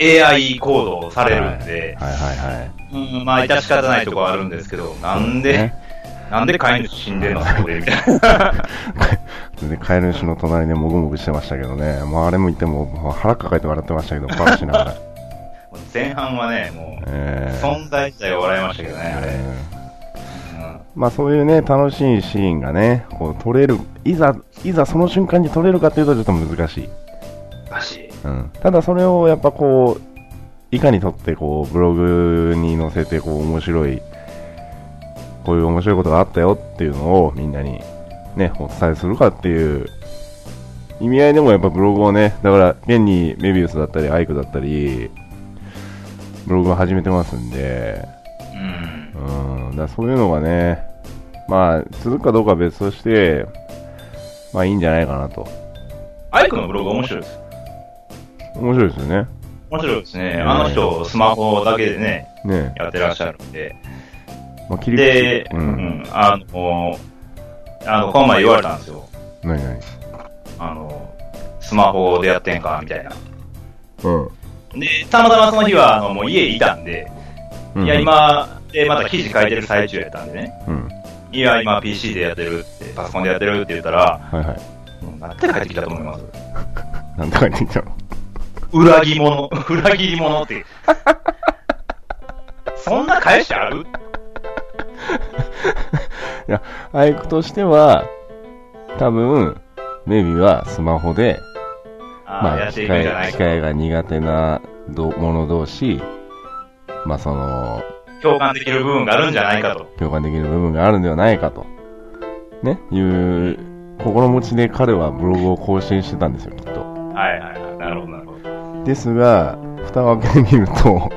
Speaker 2: AI 行動されるんで、
Speaker 1: はいはいはい。
Speaker 2: うん、まあ、致し方ないとこはあるんですけど、なんで、
Speaker 1: ね
Speaker 2: なんで飼い主死んでんの、そこで、みたい
Speaker 1: *laughs*
Speaker 2: な。
Speaker 1: で *laughs* 飼い主の隣でもぐもぐしてましたけどね、もうあれもいてももう腹抱えて笑ってましたけど、パラしな
Speaker 2: *laughs*
Speaker 1: がら。
Speaker 2: 前半はね、もう、
Speaker 1: えー
Speaker 2: 存在自体が笑いましたけどね、あれ。
Speaker 1: えーまあそういうね、楽しいシーンがね、こう撮れる、いざ、いざその瞬間に撮れるかっていうとちょっと難しい。
Speaker 2: うん、おかしい。
Speaker 1: うん、ただそれをやっぱこう、いかにとってこうブログに載せてこう面白いこういう面白いことがあったよっていうのをみんなにねお伝えするかっていう意味合いでもやっぱブログをねだから現にメビウスだったりアイクだったりブログを始めてますんで
Speaker 2: うん。
Speaker 1: うんだからそういうのがねまあ続くかどうかは別としてまあいいんじゃないかなと
Speaker 2: アイクのブログ面白いです。
Speaker 1: 面白いですよね
Speaker 2: 面白いですね。あの人、スマホだけでね、
Speaker 1: ね
Speaker 2: やってらっしゃるんで。
Speaker 1: え、まあ、切り口
Speaker 2: で、う、
Speaker 1: うんん、
Speaker 2: あの、あの、この前言われたんですよ。
Speaker 1: 何何
Speaker 2: あの、スマホでやってんか、みたいな。
Speaker 1: うん
Speaker 2: で、たまたまその日は、あの、もう家いたんで、
Speaker 1: うん
Speaker 2: いや、今、で、まだ記事書いてる最中やったんでね。
Speaker 1: うん
Speaker 2: いや、今 PC でやってるって、パソコンでやってるって言ったら、
Speaker 1: はいはい
Speaker 2: もうなんて書いてきたと思います
Speaker 1: なんて書いてきたの
Speaker 2: 裏切り者、 *laughs* 裏切り者って。 *laughs* そんな返しある
Speaker 1: アイクとしては、多分、メビはスマホで、
Speaker 2: あ、まあ、やって
Speaker 1: 機
Speaker 2: いくんじゃな
Speaker 1: 械
Speaker 2: い
Speaker 1: 機
Speaker 2: か。
Speaker 1: 械が苦手などもの同士、まあその、
Speaker 2: 共感できる部分があるんじゃないかと。
Speaker 1: 共感できる部分があるんではないかと、ね、いう心持ちで彼はブログを更新してたんですよ、きっと。
Speaker 2: はいはいはい。なるほど、なるほど。
Speaker 1: ですが、蓋を開けてみる
Speaker 2: *laughs*
Speaker 1: と、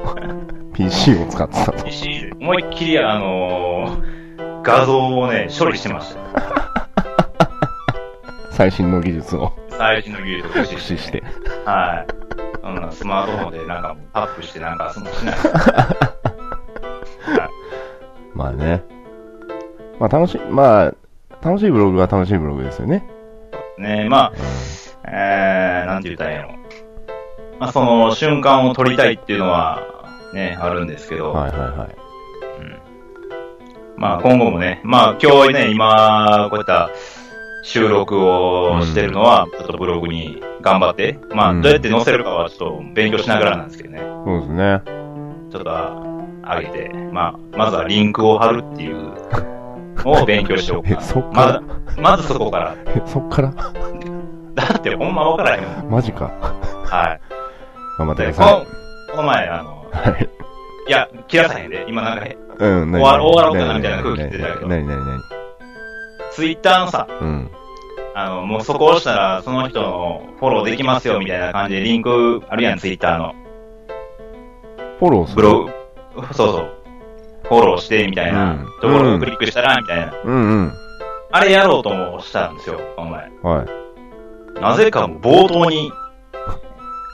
Speaker 1: PC を使ってたと。
Speaker 2: PC 思いっきり、あのー画像をね、処理してましたよ。
Speaker 1: 最新の技術を
Speaker 2: 最新の技
Speaker 1: *laughs*
Speaker 2: 術を駆
Speaker 1: 駆
Speaker 2: 使
Speaker 1: 使
Speaker 2: し。
Speaker 1: してて。
Speaker 2: はい。そんなスマートフォンでなんかもうタップしてなんかそのしない。
Speaker 1: まあね。まあ楽しい、まあ、楽しいブログは楽しいブログですよね。
Speaker 2: ね *laughs* まあ、えー、なんて言ったらいいの。まあ、その瞬間を撮りたいっていうのは、ね、あるんですけど、
Speaker 1: はいはいはい。
Speaker 2: まあ今後もね、まあ今日ね、今、こういった収録をしてるのは、ちょっとブログに頑張って、ま
Speaker 1: う
Speaker 2: あ
Speaker 1: ん
Speaker 2: どうやって載せるかはちょっと勉強しながらなんですけどね、
Speaker 1: そうですね。
Speaker 2: ちょっと上げて、まあまずはリンクを貼るっていうのを勉強しようか
Speaker 1: *laughs* え
Speaker 2: な。
Speaker 1: そっ
Speaker 2: ま
Speaker 1: か
Speaker 2: ず、まずそこから。
Speaker 1: ら、 *laughs* えそっから、
Speaker 2: だってほんまわからへんもん。
Speaker 1: マジか。
Speaker 2: はい。
Speaker 1: 頑張ってく
Speaker 2: で、
Speaker 1: だ
Speaker 2: こ
Speaker 1: さ
Speaker 2: の、この前、あの、
Speaker 1: い。はい。
Speaker 2: いや、切らさへんで、今なんか、
Speaker 1: うん、
Speaker 2: 終わ終わろうかなみたいな空気出たけど
Speaker 1: なになになに
Speaker 2: ツイッターのさ、
Speaker 1: うん。
Speaker 2: あの、もうそこ押したら、その人のフォローできますよ、みたいな感じで、リンクあるやん、ツイッターの。
Speaker 1: フォローする。
Speaker 2: ブログ、そうそう。フォローして、みたいな
Speaker 1: うん。
Speaker 2: ところ
Speaker 1: う
Speaker 2: を
Speaker 1: ん
Speaker 2: クリックしたら、みたいな。
Speaker 1: うんうん。
Speaker 2: あれやろうともしたんですよ、お前。
Speaker 1: はい。
Speaker 2: なぜかもう冒頭に、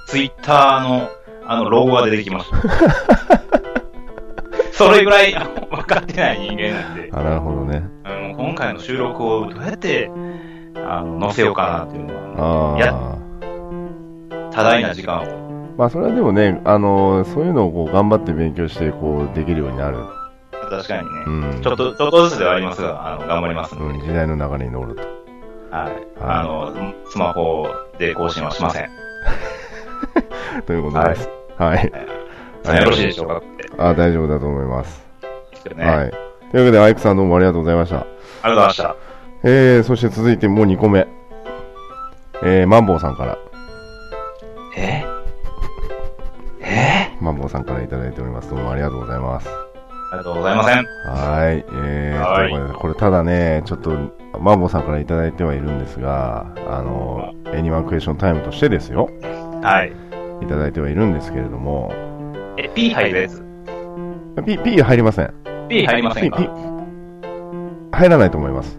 Speaker 2: ツイッターの、あの、ロゴが出て
Speaker 1: *laughs*
Speaker 2: きました。それぐらい、あの分かってない人間なんで、
Speaker 1: あ、なるほどね。
Speaker 2: あの今回の収録をどうやって、あの、載せようかなっていうのは、
Speaker 1: あ
Speaker 2: いや
Speaker 1: あ。
Speaker 2: 多大な時間を。
Speaker 1: まあ、それはでもね、あのそういうのをこう頑張って勉強して、こう、できるようになる。
Speaker 2: 確かにね。
Speaker 1: うん。
Speaker 2: ちょっと、ちょっとずつではありますが、あの、頑張りますの
Speaker 1: うん、
Speaker 2: で、
Speaker 1: 時代の流れに乗ると。
Speaker 2: はい。あの、スマホで更新はしません。
Speaker 1: ということです。はい。はい
Speaker 2: よろしいでしょうかっ
Speaker 1: あ、大丈夫だと思います。
Speaker 2: て。ね、あ
Speaker 1: は
Speaker 2: り
Speaker 1: い。というわけで、アイクさんどうもありがとうございました。
Speaker 2: がとうございました。
Speaker 1: えー、そして続いてもう2個目。えー、マンボウさんから。
Speaker 2: ええ
Speaker 1: マンボウさんからいただいております。どうもありがとうございます。
Speaker 2: ありがとうございません。
Speaker 1: はい。えー、
Speaker 2: はい
Speaker 1: ということでこれただね、ちょっと、マンボウさんからいただいてはいるんですが、あの、エニマンクエスションタイムとしてですよ。
Speaker 2: はい。
Speaker 1: いただいてはいるんですけれども、
Speaker 2: え、P 入るやつ
Speaker 1: P、P 入りません。
Speaker 2: ?P 入りません
Speaker 1: P、P
Speaker 2: か、
Speaker 1: 入らないと思います。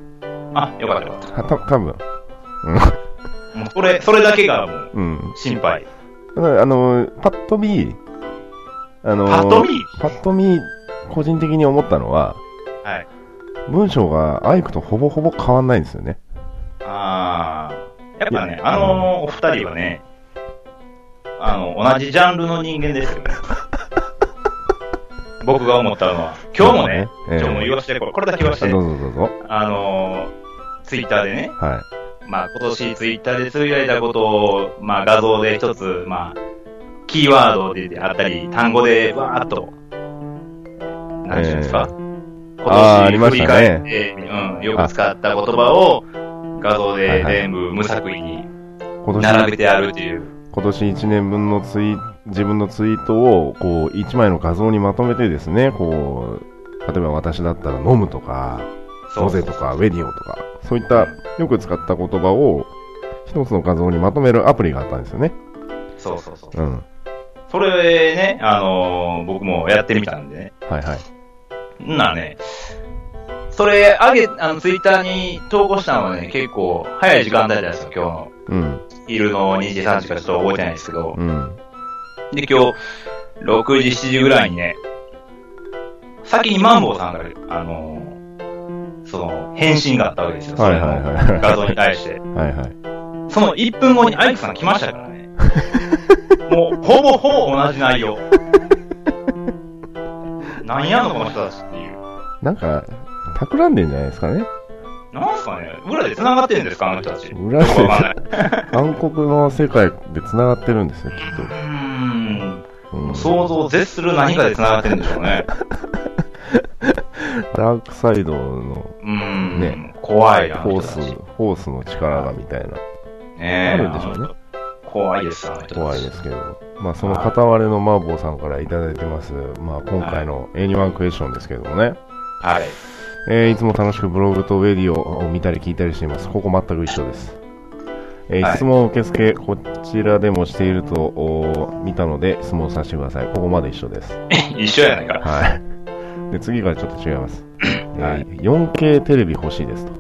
Speaker 2: あ、よかったよか
Speaker 1: は
Speaker 2: っ
Speaker 1: た多分
Speaker 2: た。もうそれ、それだけがもう、
Speaker 1: うん。
Speaker 2: 心配。
Speaker 1: ただあの、パッと見、あの、
Speaker 2: パッと見
Speaker 1: パッと見、個人的に思ったのは、
Speaker 2: はい。
Speaker 1: 文章がアイクとほぼほぼ変わんないんですよね。
Speaker 2: あー。やっぱね、あのお二人はね、あの、同じジャンルの人間ですよね。僕が思ったのは、今日もね、
Speaker 1: ええ
Speaker 2: 今日も言わせて、これこれだけ言わせ
Speaker 1: あ
Speaker 2: て
Speaker 1: ど、うぞどうぞ。
Speaker 2: あのツイッターでね、
Speaker 1: はい。
Speaker 2: まあ、今年ツイッターでつぶやいたことを、まあ、画像で一つ、まあ、キーワードであったり、単語でわーっと、何て言うんですか、
Speaker 1: あーあり
Speaker 2: 今
Speaker 1: ま
Speaker 2: 年振
Speaker 1: し
Speaker 2: り
Speaker 1: たね
Speaker 2: 返って、うん、よく使った言葉を画像
Speaker 1: はい
Speaker 2: で
Speaker 1: はい
Speaker 2: 全部無作為に
Speaker 1: 今年、
Speaker 2: 並べてあるっていう。
Speaker 1: 今年1年分のツイ自分のツイートをこう1枚の画像にまとめてですねこう例えば私だったら飲むとかロゼとかウェディオとかそういったよく使った言葉を一つの画像にまとめるアプリがあったんですよね。
Speaker 2: そうそうそ
Speaker 1: う
Speaker 2: う。
Speaker 1: ん、は
Speaker 2: それね、あのー僕もやってみたんでね。
Speaker 1: いはい。
Speaker 2: んなね、それ、あげ、あの、ツイッターに投稿したのはね、結構早い時間帯だったんですよ、今日の。
Speaker 1: うん、
Speaker 2: 昼の2時、3時かちょっと覚えてないですけど。
Speaker 1: うん、
Speaker 2: で、今日、6時、7時ぐらいにね、先にマンボウさんが、あのーその、返信があったわけですよ。
Speaker 1: はいはいはい
Speaker 2: その画像に対し
Speaker 1: は
Speaker 2: て。
Speaker 1: いはい。
Speaker 2: その1分後にアイクさん来ましたか
Speaker 1: *laughs*
Speaker 2: らね。もう、ほぼほぼ同じ内容。なんやのこの人たちっていう。
Speaker 1: なんか、企んでんじゃないですかね。
Speaker 2: なんすかね裏で繋がってるんですかあの人たち。
Speaker 1: 裏
Speaker 2: よ
Speaker 1: で
Speaker 2: くわか
Speaker 1: *laughs*
Speaker 2: んな
Speaker 1: 暗
Speaker 2: い。
Speaker 1: 黒の世界で繋がってるんですよ、き
Speaker 2: う
Speaker 1: っ
Speaker 2: ー
Speaker 1: と。うん
Speaker 2: ん。想像を絶する何かで繋がってるんでしょうね。
Speaker 1: ダークサイドの
Speaker 2: うーん。
Speaker 1: ね
Speaker 2: 怖いな、あ
Speaker 1: ホ
Speaker 2: の
Speaker 1: ー
Speaker 2: 人た
Speaker 1: ス
Speaker 2: ち。、
Speaker 1: ホースの力がみたいな、
Speaker 2: ねえ
Speaker 1: あるんでしょうね
Speaker 2: あの人怖いです、あの人たち。
Speaker 1: 怖いですけど。まあ、その片割れのマーボーさんからいただいてます。まあ、今回の A21 クエスチョンですけどもね。
Speaker 2: はい。
Speaker 1: えーいつも楽しくブログとウェディオを見たり聞いたりしています。ここ全く一緒です。えー
Speaker 2: はい
Speaker 1: 質問受付、こちらでもしているとお見たので、質問させてください。ここまで一緒です。
Speaker 2: 一緒やない
Speaker 1: は
Speaker 2: か。
Speaker 1: い。で、次からちょっと違います。えー
Speaker 2: はい
Speaker 1: 4K テレビ欲しい
Speaker 2: *laughs*
Speaker 1: ですと。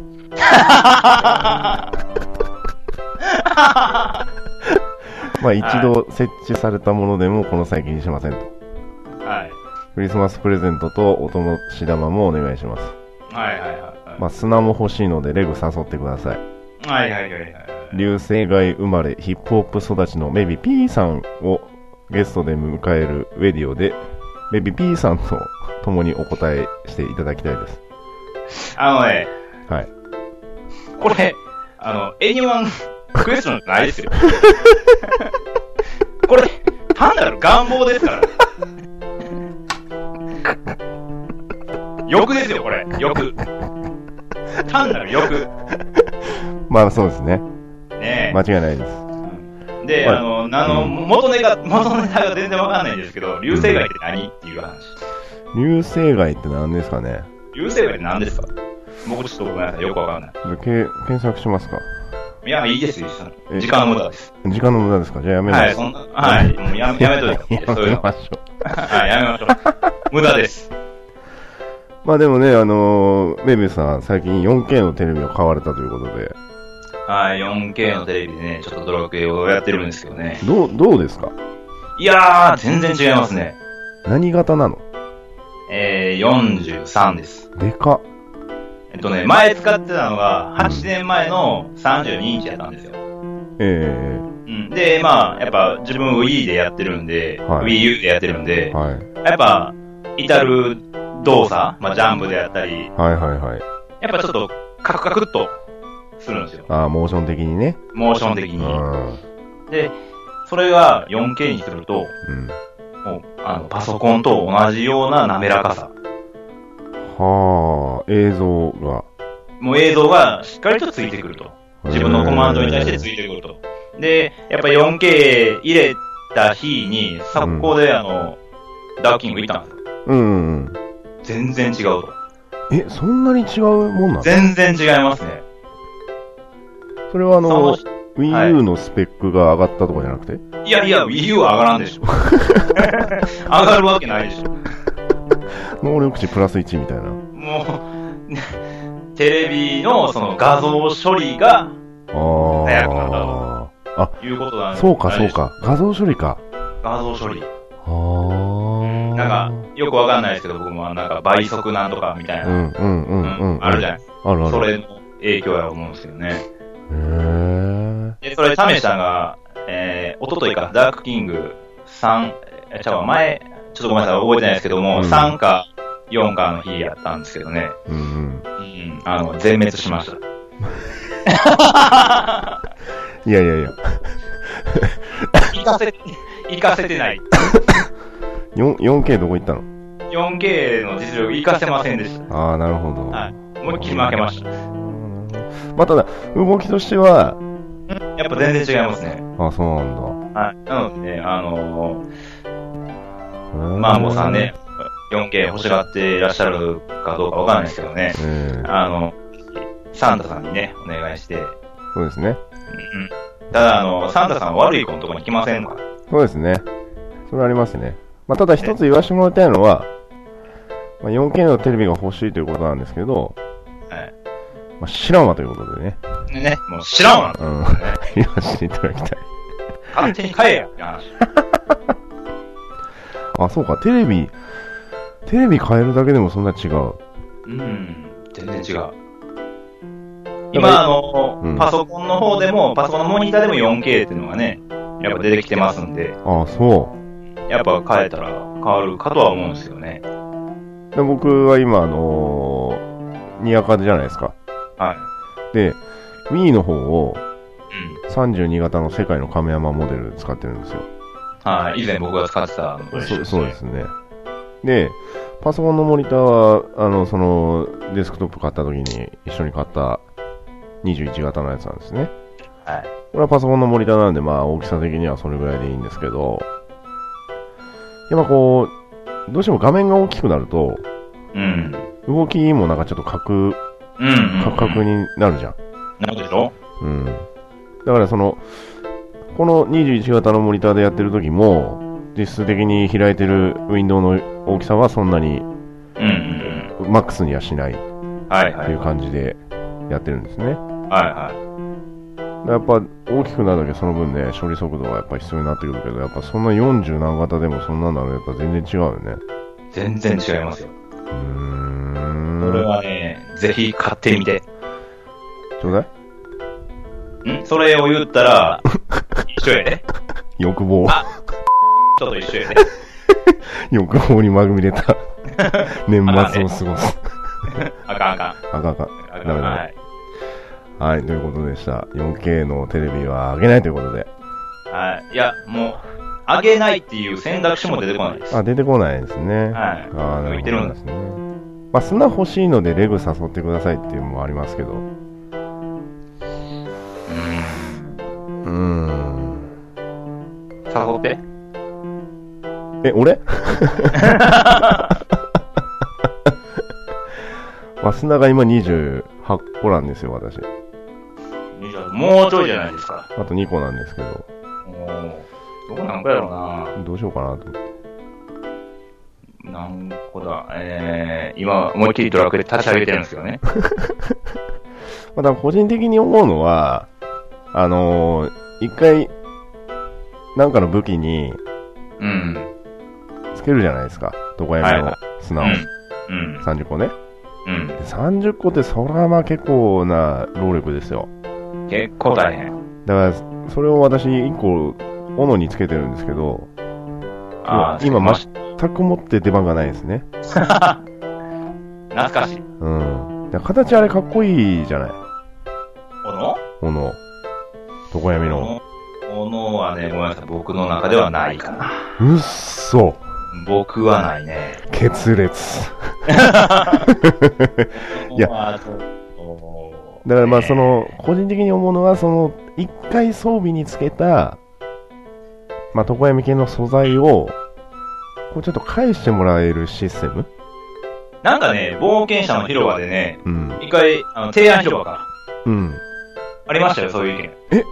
Speaker 1: まあ一度設置されたものでもこの際気にしませんと。
Speaker 2: はい。
Speaker 1: クリスマスプレゼントとお友し玉もお願いします。
Speaker 2: はいはいはい。
Speaker 1: まあ砂も欲しいのでレグ誘ってください。
Speaker 2: はいはいはいはい。
Speaker 1: 流星街生まれヒップホップ育ちのメビ P さんをゲストで迎えるウェディオで、メビ P さんと共にお答えしていただきたいです。
Speaker 2: あのね、
Speaker 1: はい。
Speaker 2: これ、あの、エニワンクエスチョンじゃない
Speaker 1: *laughs*
Speaker 2: ですよ。これ、単なる願望で
Speaker 1: *laughs*
Speaker 2: すから。欲ですよ、これ。欲。単なる欲。
Speaker 1: まあそうですね。
Speaker 2: ね
Speaker 1: 間違いないです。
Speaker 2: え。で、
Speaker 1: はい
Speaker 2: あの、あの、元ネタ、元ネタが全然わかんないんですけど、流星街って何っていう話。
Speaker 1: 流星街って何ですかね
Speaker 2: 流星街って何ですか僕ちょっとごめんなさい、よくわかんない。
Speaker 1: ちょっとけ検索しますか。
Speaker 2: いや、いいですよ、
Speaker 1: え
Speaker 2: 時間の無駄です。
Speaker 1: 時間の無駄ですかじゃあやめ
Speaker 2: はい、
Speaker 1: ます。
Speaker 2: そんな、はい、もうややめとい
Speaker 1: *laughs*
Speaker 2: て
Speaker 1: や
Speaker 2: そういう
Speaker 1: め
Speaker 2: の。
Speaker 1: ましょう。
Speaker 2: はい、やめまし
Speaker 1: *laughs*
Speaker 2: ょう。無駄です。
Speaker 1: まあでもね、あのー、メビウスさん、最近 4K のテレビを買われたということで、
Speaker 2: はい、4K のテレビでね、ちょっとドラクエをやってるんですけどね。
Speaker 1: どう、どうですか
Speaker 2: いやー、全然違いますね。
Speaker 1: 何型なの
Speaker 2: えー、43です。
Speaker 1: でかっ。
Speaker 2: えっとね、前使ってたのが、8年前の32インチやったんですよ。
Speaker 1: え
Speaker 2: うん。で、まあ、やっぱ自分 Wii でやってるんで、
Speaker 1: はい
Speaker 2: Wii U でやってるん
Speaker 1: え
Speaker 2: で、
Speaker 1: はい。
Speaker 2: やっぱ、至る動作、まあ、ジャンプであったり、
Speaker 1: はいはいはい。
Speaker 2: やっぱちょっと、カクカクっと、するんですよ。
Speaker 1: ああ、モーション的にね。
Speaker 2: モーション的
Speaker 1: う
Speaker 2: に。
Speaker 1: ん。うん。
Speaker 2: で、それが 4K にすると、もうあのパソコンと同じような滑らかさ。
Speaker 1: はあ、映像が。
Speaker 2: もう映像がしっかりとついてくると。自分のコマンドに対してついてくると。で、やっぱ 4K 入れた日に、速攻であの、ダッキング行ったんですよ。
Speaker 1: うんうんうん。
Speaker 2: 全然違うと。
Speaker 1: え、そんなに違うもんなの
Speaker 2: 全然違いますね。
Speaker 1: それはあ
Speaker 2: その
Speaker 1: の、Wii U のスペックが上がったとかじゃなくて、
Speaker 2: いやいや、Wii U は上がらん
Speaker 1: *laughs*
Speaker 2: でしょ。上がるわけないでしょ。
Speaker 1: 能力値プラス1みたいな。
Speaker 2: もう、テレビのその画像処理が、早くなった
Speaker 1: あ
Speaker 2: いうことなん
Speaker 1: あ。
Speaker 2: で
Speaker 1: そうかそう。か。画像処理か。
Speaker 2: 画像処理。
Speaker 1: ああ。
Speaker 2: なんか、よくわかんないですけど、僕もなんか倍速なんとかみたいうな、
Speaker 1: んうんう
Speaker 2: うん
Speaker 1: うん。。
Speaker 2: あるじゃないいですか。
Speaker 1: あるある。
Speaker 2: それの影響やと思うんですけどね。
Speaker 1: へー
Speaker 2: で、それ、試したんが、えー、おとといか、ダークキング3、えー、ちゃうわ前、ちょっとごめんなさい、覚えてないですけども、
Speaker 1: うん
Speaker 2: 3か4かの日やったんですけどね、
Speaker 1: うんうん。
Speaker 2: うん、あの、全滅しました。
Speaker 1: いやいやいや。
Speaker 2: 行かせ、行かせてない。
Speaker 1: 4 4K どこ行ったの
Speaker 2: 4K の実力行かせませんでした。
Speaker 1: ああ、なるほど。
Speaker 2: はい。思いっきり負けました。
Speaker 1: うんまあただ、動きとしては、
Speaker 2: やっぱ全然違いますね。
Speaker 1: あそうなんだ。
Speaker 2: はい。なのでね、あのー、まあもうさんね、4K 欲しがっていらっしゃるかどうかわかんないですけどね、
Speaker 1: ええ
Speaker 2: あの、サンタさんにね、お願いして、うん
Speaker 1: そうですね。
Speaker 2: うんただ、あの、サンタさん悪い子のとこに来ませんか
Speaker 1: そうですね。それありますね。まあ、ただ一つ言わせてもらいたいのは、まあ、4K のテレビが欲しいということなんですけど、
Speaker 2: はい。
Speaker 1: まあ、知らんわということでね。
Speaker 2: でね、もう知らんわ
Speaker 1: うん。言わせていただきたい。
Speaker 2: 勝手に買えやって話。
Speaker 1: あ、そうか。テレビ、テレビ変えるだけでもそんな違う。
Speaker 2: うん、全然違う。
Speaker 1: だか
Speaker 2: 今、
Speaker 1: ら
Speaker 2: あの、
Speaker 1: うん
Speaker 2: パソコンの方でも、パソコンのモニターでも 4K っていうのがね、やっぱ出てきてますんで、
Speaker 1: あ、そう。
Speaker 2: やっぱ変えたら変わるかとは思うんですよね。
Speaker 1: で僕は今、あのー、ニアカじゃないですか。
Speaker 2: はい。
Speaker 1: で、Wii の方を
Speaker 2: うん。
Speaker 1: 32型の世界の亀山モデル使ってるんですよ。
Speaker 2: はい。以前僕が使ってたのと一
Speaker 1: そ
Speaker 2: 緒
Speaker 1: そうで。すね。で、パソコンのモニターは、あの、その、デスクトップ買った時に一緒に買った21型のやつなんですね。
Speaker 2: はい。
Speaker 1: これはパソコンのモニターなんで、まあ大きさ的にはそれぐらいでいいんですけど、やっぱこう、どうしても画面が大きくなると、
Speaker 2: うん。
Speaker 1: 動きもなんかちょっと角、
Speaker 2: うん、うん。
Speaker 1: 角角になるじゃん。
Speaker 2: なるでしょ
Speaker 1: うん、だからその、この21型のモニターでやってる時も、実質的に開いてるウィンドウの大きさはそんなに
Speaker 2: うん、うん
Speaker 1: マックスにはしないっ
Speaker 2: うん。はい、は
Speaker 1: てい
Speaker 2: い。
Speaker 1: う感じでやってるんですね。
Speaker 2: はい、は
Speaker 1: やっぱ大きくなるだけその分ね、処理速度がやっぱ必要になってくるけど、やっぱそんな40何型でもそんなのはやっぱ全然違うよね。
Speaker 2: い。全然違いますよ。
Speaker 1: うーん。
Speaker 2: それはね、ぜひ買ってみて。
Speaker 1: ちょうだい
Speaker 2: んそれを言っ
Speaker 1: *laughs*
Speaker 2: たら、一緒やね。
Speaker 1: 欲望。
Speaker 2: あ人と一緒やね。
Speaker 1: 欲望にまぐみれ
Speaker 2: *laughs*
Speaker 1: た年末を過ごす。
Speaker 2: あかんあかん。
Speaker 1: あかんあかん。
Speaker 2: あかんあ
Speaker 1: ダ
Speaker 2: か
Speaker 1: メ
Speaker 2: ん。
Speaker 1: ダメ
Speaker 2: はい。
Speaker 1: はい、ということでした。4K のテレビは上げないということで。
Speaker 2: はい。いや、もう、あげないっていう選択肢も出てこないです。
Speaker 1: あ、出てこないですね。
Speaker 2: は
Speaker 1: あ
Speaker 2: い
Speaker 1: ーな
Speaker 2: 浮
Speaker 1: る
Speaker 2: い
Speaker 1: ほ
Speaker 2: てる
Speaker 1: ど
Speaker 2: ん
Speaker 1: で
Speaker 2: です
Speaker 1: ね。まあ、砂欲しいのでレグ誘ってくださいっていうのもありますけど。うーん。
Speaker 2: 誘って。
Speaker 1: え、
Speaker 2: *laughs*
Speaker 1: 俺まあ、砂が今28個なんですよ、私。
Speaker 2: もうちょいじゃないですか。
Speaker 1: あと2個なんですけど。
Speaker 2: もう、どこ何個やろう
Speaker 1: どうしようかなと思って。
Speaker 2: な何個だ。えー、今、思いっきりドラクエで立ち上げてるんですよね。
Speaker 1: まあ、だから個人的に思うのは、あのー一回、なんかの武器に、
Speaker 2: うん。
Speaker 1: つけるじゃないですか。床
Speaker 2: はい
Speaker 1: 闇
Speaker 2: は
Speaker 1: の砂を。
Speaker 2: うん。
Speaker 1: 30個ね。
Speaker 2: うん。
Speaker 1: で30個ってそれはまあ結構な労力ですよ。
Speaker 2: うん。結構大変。
Speaker 1: だから、それを私1個、斧につけてるんですけど、
Speaker 2: あー
Speaker 1: 今、
Speaker 2: ま
Speaker 1: 全く持って出番がないですね。
Speaker 2: 懐かしい。
Speaker 1: うん。だから形あれかっこいいじゃない。
Speaker 2: おの
Speaker 1: 斧。床闇の。
Speaker 2: おのはね、ごめんなさい。僕の中ではないかな。
Speaker 1: うっそ
Speaker 2: 僕はないね。
Speaker 1: 決裂。いや
Speaker 2: まあ、ちょっと
Speaker 1: だからまあそ、の、個人的に思うのは、その、一回装備につけた、まあ、床闇系の素材を、こうちょっと返してもらえるシステム
Speaker 2: なんかね、冒険者の広場でね、
Speaker 1: うん。
Speaker 2: 一回、あの、提案広場か。
Speaker 1: うん。
Speaker 2: ありましたよ、そういう意見。
Speaker 1: え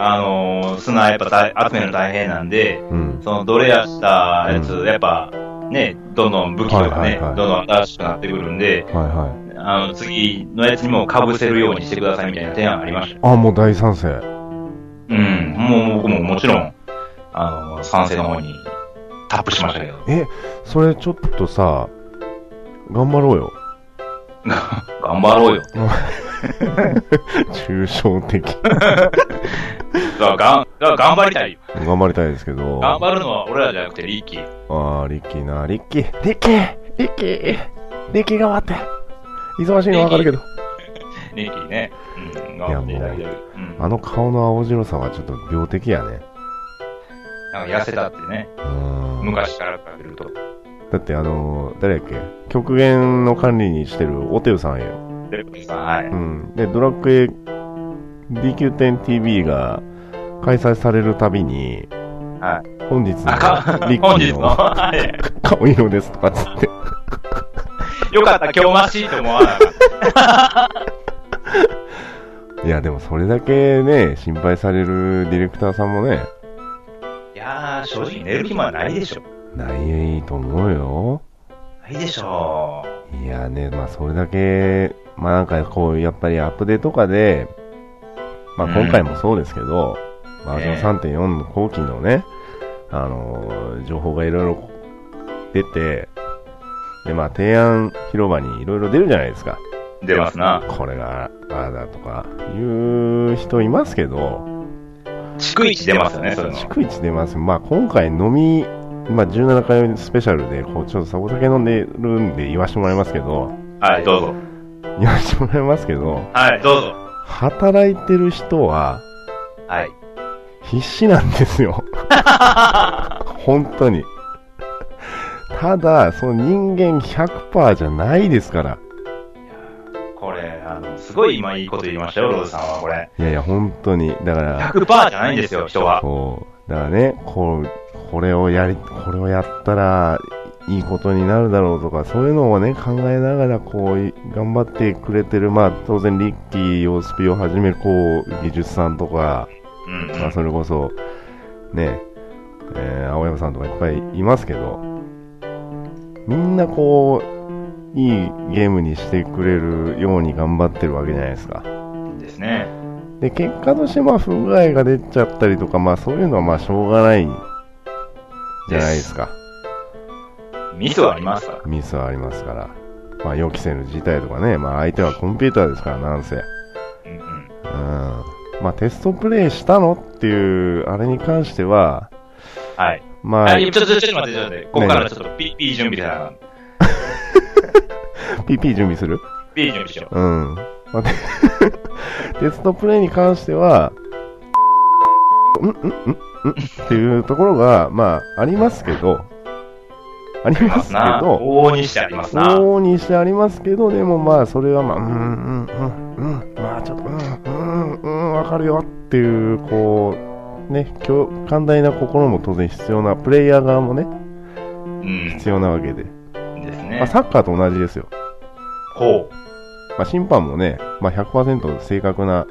Speaker 2: あのー、砂やっぱ大集めるの大変なんで、
Speaker 1: うん。
Speaker 2: そのドレアしたやつ、
Speaker 1: うん
Speaker 2: やっぱ、ね、どんどん武器とか
Speaker 1: はいは
Speaker 2: ね、
Speaker 1: いはい
Speaker 2: どんどん新しくなってくるんで、
Speaker 1: はいはい。
Speaker 2: あの、次のやつにも被せるようにしてくださいみたいな提案ありましたよ。
Speaker 1: あ、もう大賛成。
Speaker 2: うん、もう僕ももちろん、あの、賛成の方にタップしましたけど、
Speaker 1: え、それちょっとさ、頑張ろうよ。 *laughs*
Speaker 2: 頑張ろうよ。
Speaker 1: 抽象的。
Speaker 2: だからがん、だから頑張りたいよ。
Speaker 1: 頑張りたいですけど。
Speaker 2: 頑張るのは俺らじゃなくてリッキー。
Speaker 1: あー、リッキーな、リッキー。リッキーリッキーリッキー頑張って。忙しいのわかるけど。
Speaker 2: リッキーね。うん、頑張っていただきたい。うん。
Speaker 1: あの顔の青白さはちょっと病的やね。
Speaker 2: なんか痩せたってね。
Speaker 1: うん。
Speaker 2: 昔から比べると。
Speaker 1: だってあのー誰だっけ極限の管理にしてるオテウさんよ。
Speaker 2: レッキーさん、はい。
Speaker 1: うん。で、ドラクエ D9.TV が、開催されるたびに、
Speaker 2: は
Speaker 1: 本日
Speaker 2: あか
Speaker 1: のリッキ
Speaker 2: 本日
Speaker 1: ー
Speaker 2: の、
Speaker 1: の
Speaker 2: はい
Speaker 1: 顔色ですとかっつって、
Speaker 2: よかった、今日ましいと思わなかっ
Speaker 1: いや、でもそれだけね、心配されるディレクターさんもね、
Speaker 2: た。いやー、正直寝る暇はないでしょ。
Speaker 1: ないと思うよ。
Speaker 2: ないでしょ
Speaker 1: いやね、まあそれだけ、まあなんかこう、やっぱりアップデートとかで、まあ
Speaker 2: うん
Speaker 1: 今回もそうですけど、バージ
Speaker 2: ええ
Speaker 1: ョン3.4の後期のね、あのー、情報がいろいろ出て、で、まあ提案広場にいろいろ出るじゃないですか。
Speaker 2: う。出ますな。
Speaker 1: これが、ああだとか、いう人いますけど、
Speaker 2: 逐一出ますよね、そういうの。
Speaker 1: 逐一出ます。まあ、今回飲み、まあ、17回スペシャルで、こう、ちょっとさお酒飲んでるんで言わしてもらいますけど、
Speaker 2: はい、どうぞ。
Speaker 1: 言わしてもらいますけど、
Speaker 2: はい、どうぞ。
Speaker 1: 働いてる人は
Speaker 2: はい。
Speaker 1: 必死なんですよ。本当に。ただ、その人間100%じゃないですから。
Speaker 2: これ、あの、すごい今いいこと言いましたよ、ローズさんは、これ。
Speaker 1: いやいや、本当に。だから、
Speaker 2: 100%じゃないんですよ、人は。
Speaker 1: そう。だからね、こう、これをやり、これをやったら、いいことになるだろうとか、そういうのをね、考えながら、こうい、頑張ってくれてる、まあ、当然、リッキー、ヨースピをはじめ、こう、技術さんとか、
Speaker 2: うん、
Speaker 1: まあ、それこそ、ね、えー青山さんとかいっぱいいますけど、みんなこう、いいゲームにしてくれるように頑張ってるわけじゃないですか。
Speaker 2: うん。ですね。
Speaker 1: で結果としてまあ不具合が出ちゃったりとか、まあ、そういうのはまあしょうがないじゃないですか
Speaker 2: ミスはありますから。
Speaker 1: ミスはありますから、まあ、予期せぬ事態とかね、まあ、相手はコンピューターですからなんせ、うん
Speaker 2: うんうん。
Speaker 1: まあ、テストプレイしたのっていうあれに関しては、
Speaker 2: はい。
Speaker 1: まあ
Speaker 2: はい、ちょ、ちょ、ちょっと待って、ちょっと待って。ここからちょっとピーピー準備だな。
Speaker 1: PP 準備する、
Speaker 2: ピー準備しよ
Speaker 1: うんまあ、 *laughs* テテストプレイに関してはうんうんうんうんっていうところが、まあ、ありますけどあり
Speaker 2: う。
Speaker 1: ますけ
Speaker 2: な。
Speaker 1: ど、
Speaker 2: 往々にしてありますな。
Speaker 1: 往々にしてありますけど、でもまあ、それはまあ、うんうんうんうん、まあちょっと、うんうんうん、わかるよっていう、こう、ね、共寛大な心も当然必要な、プレイヤー側もね、
Speaker 2: うん。です
Speaker 1: 必要なわけで、まあ、
Speaker 2: ね。
Speaker 1: サッカーと同じですよ。
Speaker 2: ほう。
Speaker 1: まあ、審判もね、まあ、100%正確な、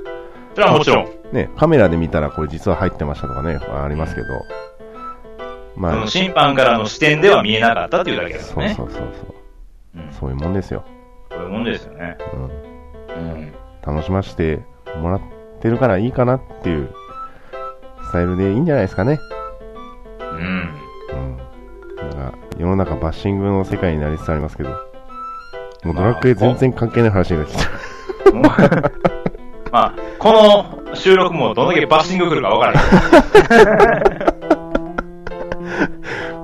Speaker 2: それはもちろん、
Speaker 1: ね、カメラで見たらこれ実は入ってましたとかね、ありますけど、
Speaker 2: そ
Speaker 1: ま
Speaker 2: の
Speaker 1: あ、
Speaker 2: 審判からの視点では見えなかったというだけです
Speaker 1: そう
Speaker 2: ね。
Speaker 1: そうそうそう、
Speaker 2: うん
Speaker 1: そういうもんですよ。
Speaker 2: そういうもんですよね。
Speaker 1: うん
Speaker 2: うん。
Speaker 1: 楽しませてもらってるからいいかなっていうスタイルでいいんじゃないですかね。
Speaker 2: うん。
Speaker 1: う
Speaker 2: *laughs*
Speaker 1: ん。なんか、世の中バッシングの世界になりつつありますけど。もうドラクエ全然関係ない話が来た。
Speaker 2: もうまあ、この収録もどのだけバッシング来るか分からない。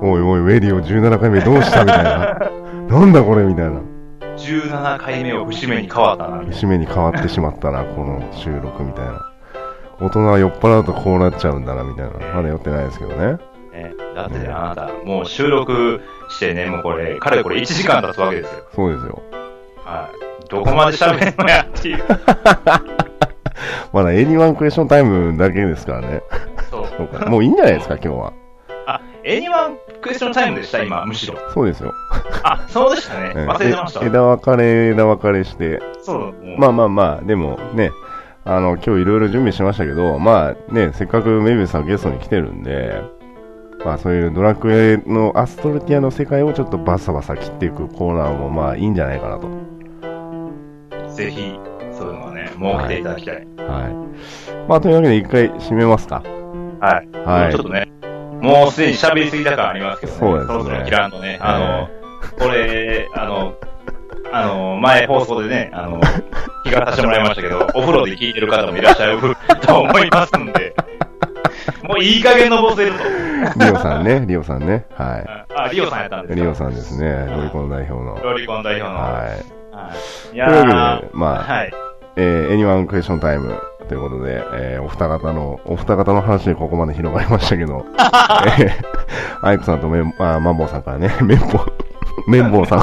Speaker 1: おいおい、ウェディオ17回目どうしたみたい
Speaker 2: *laughs*
Speaker 1: な。なんだこれみたいな。
Speaker 2: 17回目を節目に変わったな、みたい
Speaker 1: 節目に変わってしまったな、この収録みたいな。大人は酔っ払うとこうなっちゃうんだな、みたいな。まだ酔ってないですけどね。
Speaker 2: なね。だってねあなた、もう収録してね、もうこれ、かれこれ1時間経つわけですよ。
Speaker 1: そうですよ。
Speaker 2: はい。どこまで喋るのやって *laughs* いう。
Speaker 1: まだ81クエスチョンタイムだけですからね。
Speaker 2: そう。
Speaker 1: そうかもういいんじゃないですか、今日は。
Speaker 2: あ、エニワンクエスチョンタイムでした、今、むしろ。
Speaker 1: そうですよ。
Speaker 2: あ、そうでしたね。
Speaker 1: うん
Speaker 2: 忘れてました
Speaker 1: え。枝分かれ、枝分かれして、
Speaker 2: そう、もう
Speaker 1: まあまあまあ、でもね、あの、今日いろいろ準備しましたけど、まあね、せっかくメビウスさんゲストに来てるんで、まあそういうドラクエのアストルティアの世界をちょっとバサバサ切っていくコーナーもまあいいんじゃないかなと。
Speaker 2: ぜひ、そういうのはね、設けていただきたい。
Speaker 1: はい。まあというわけで一回締めますか。
Speaker 2: はい。
Speaker 1: はい
Speaker 2: ちょっとね、もうすでに喋りすぎた感ありますけどね、
Speaker 1: そうですね
Speaker 2: ろそろ切らんとね、あの、これ、あの、あの、前放送でね、あの、聞かさせてもらいましたけ
Speaker 1: *laughs*
Speaker 2: ど、お風呂で聞いてる方もいらっしゃると思いますんで、もういい加減のぼせると。
Speaker 1: リオさんね、 *laughs* リオさんね。は
Speaker 2: あ、リオさんやったんです
Speaker 1: い。
Speaker 2: か
Speaker 1: リオさんですね、ロリコン代表の。
Speaker 2: ロリコン代表の。
Speaker 1: はい。
Speaker 2: はい。
Speaker 1: と
Speaker 2: いや
Speaker 1: いうわけで、
Speaker 2: ー
Speaker 1: まあ、
Speaker 2: はい。
Speaker 1: えー、エニワンクエスチョンタイムということで、えーお二方の、お二方の話でここまで広がりましたけ
Speaker 2: *laughs*
Speaker 1: ど、えーアイクさんとメンあーマンボウさんからね、 *laughs* メンボウ、メンボウ
Speaker 2: *laughs*
Speaker 1: さん。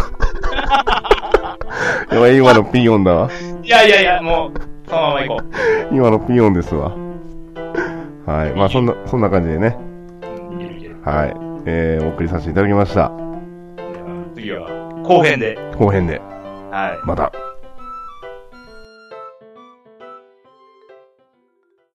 Speaker 1: やばい、今のピヨンだわ。
Speaker 2: いやいやいや、もう、そのまま行こう。
Speaker 1: 今のピヨンですわ。はい。まあ、そんな、そんな感じでね。
Speaker 2: いけるいける
Speaker 1: はい。えー、お送りさせていただきました。
Speaker 2: 次は後編で。
Speaker 1: 後編で、
Speaker 2: はい。
Speaker 1: また。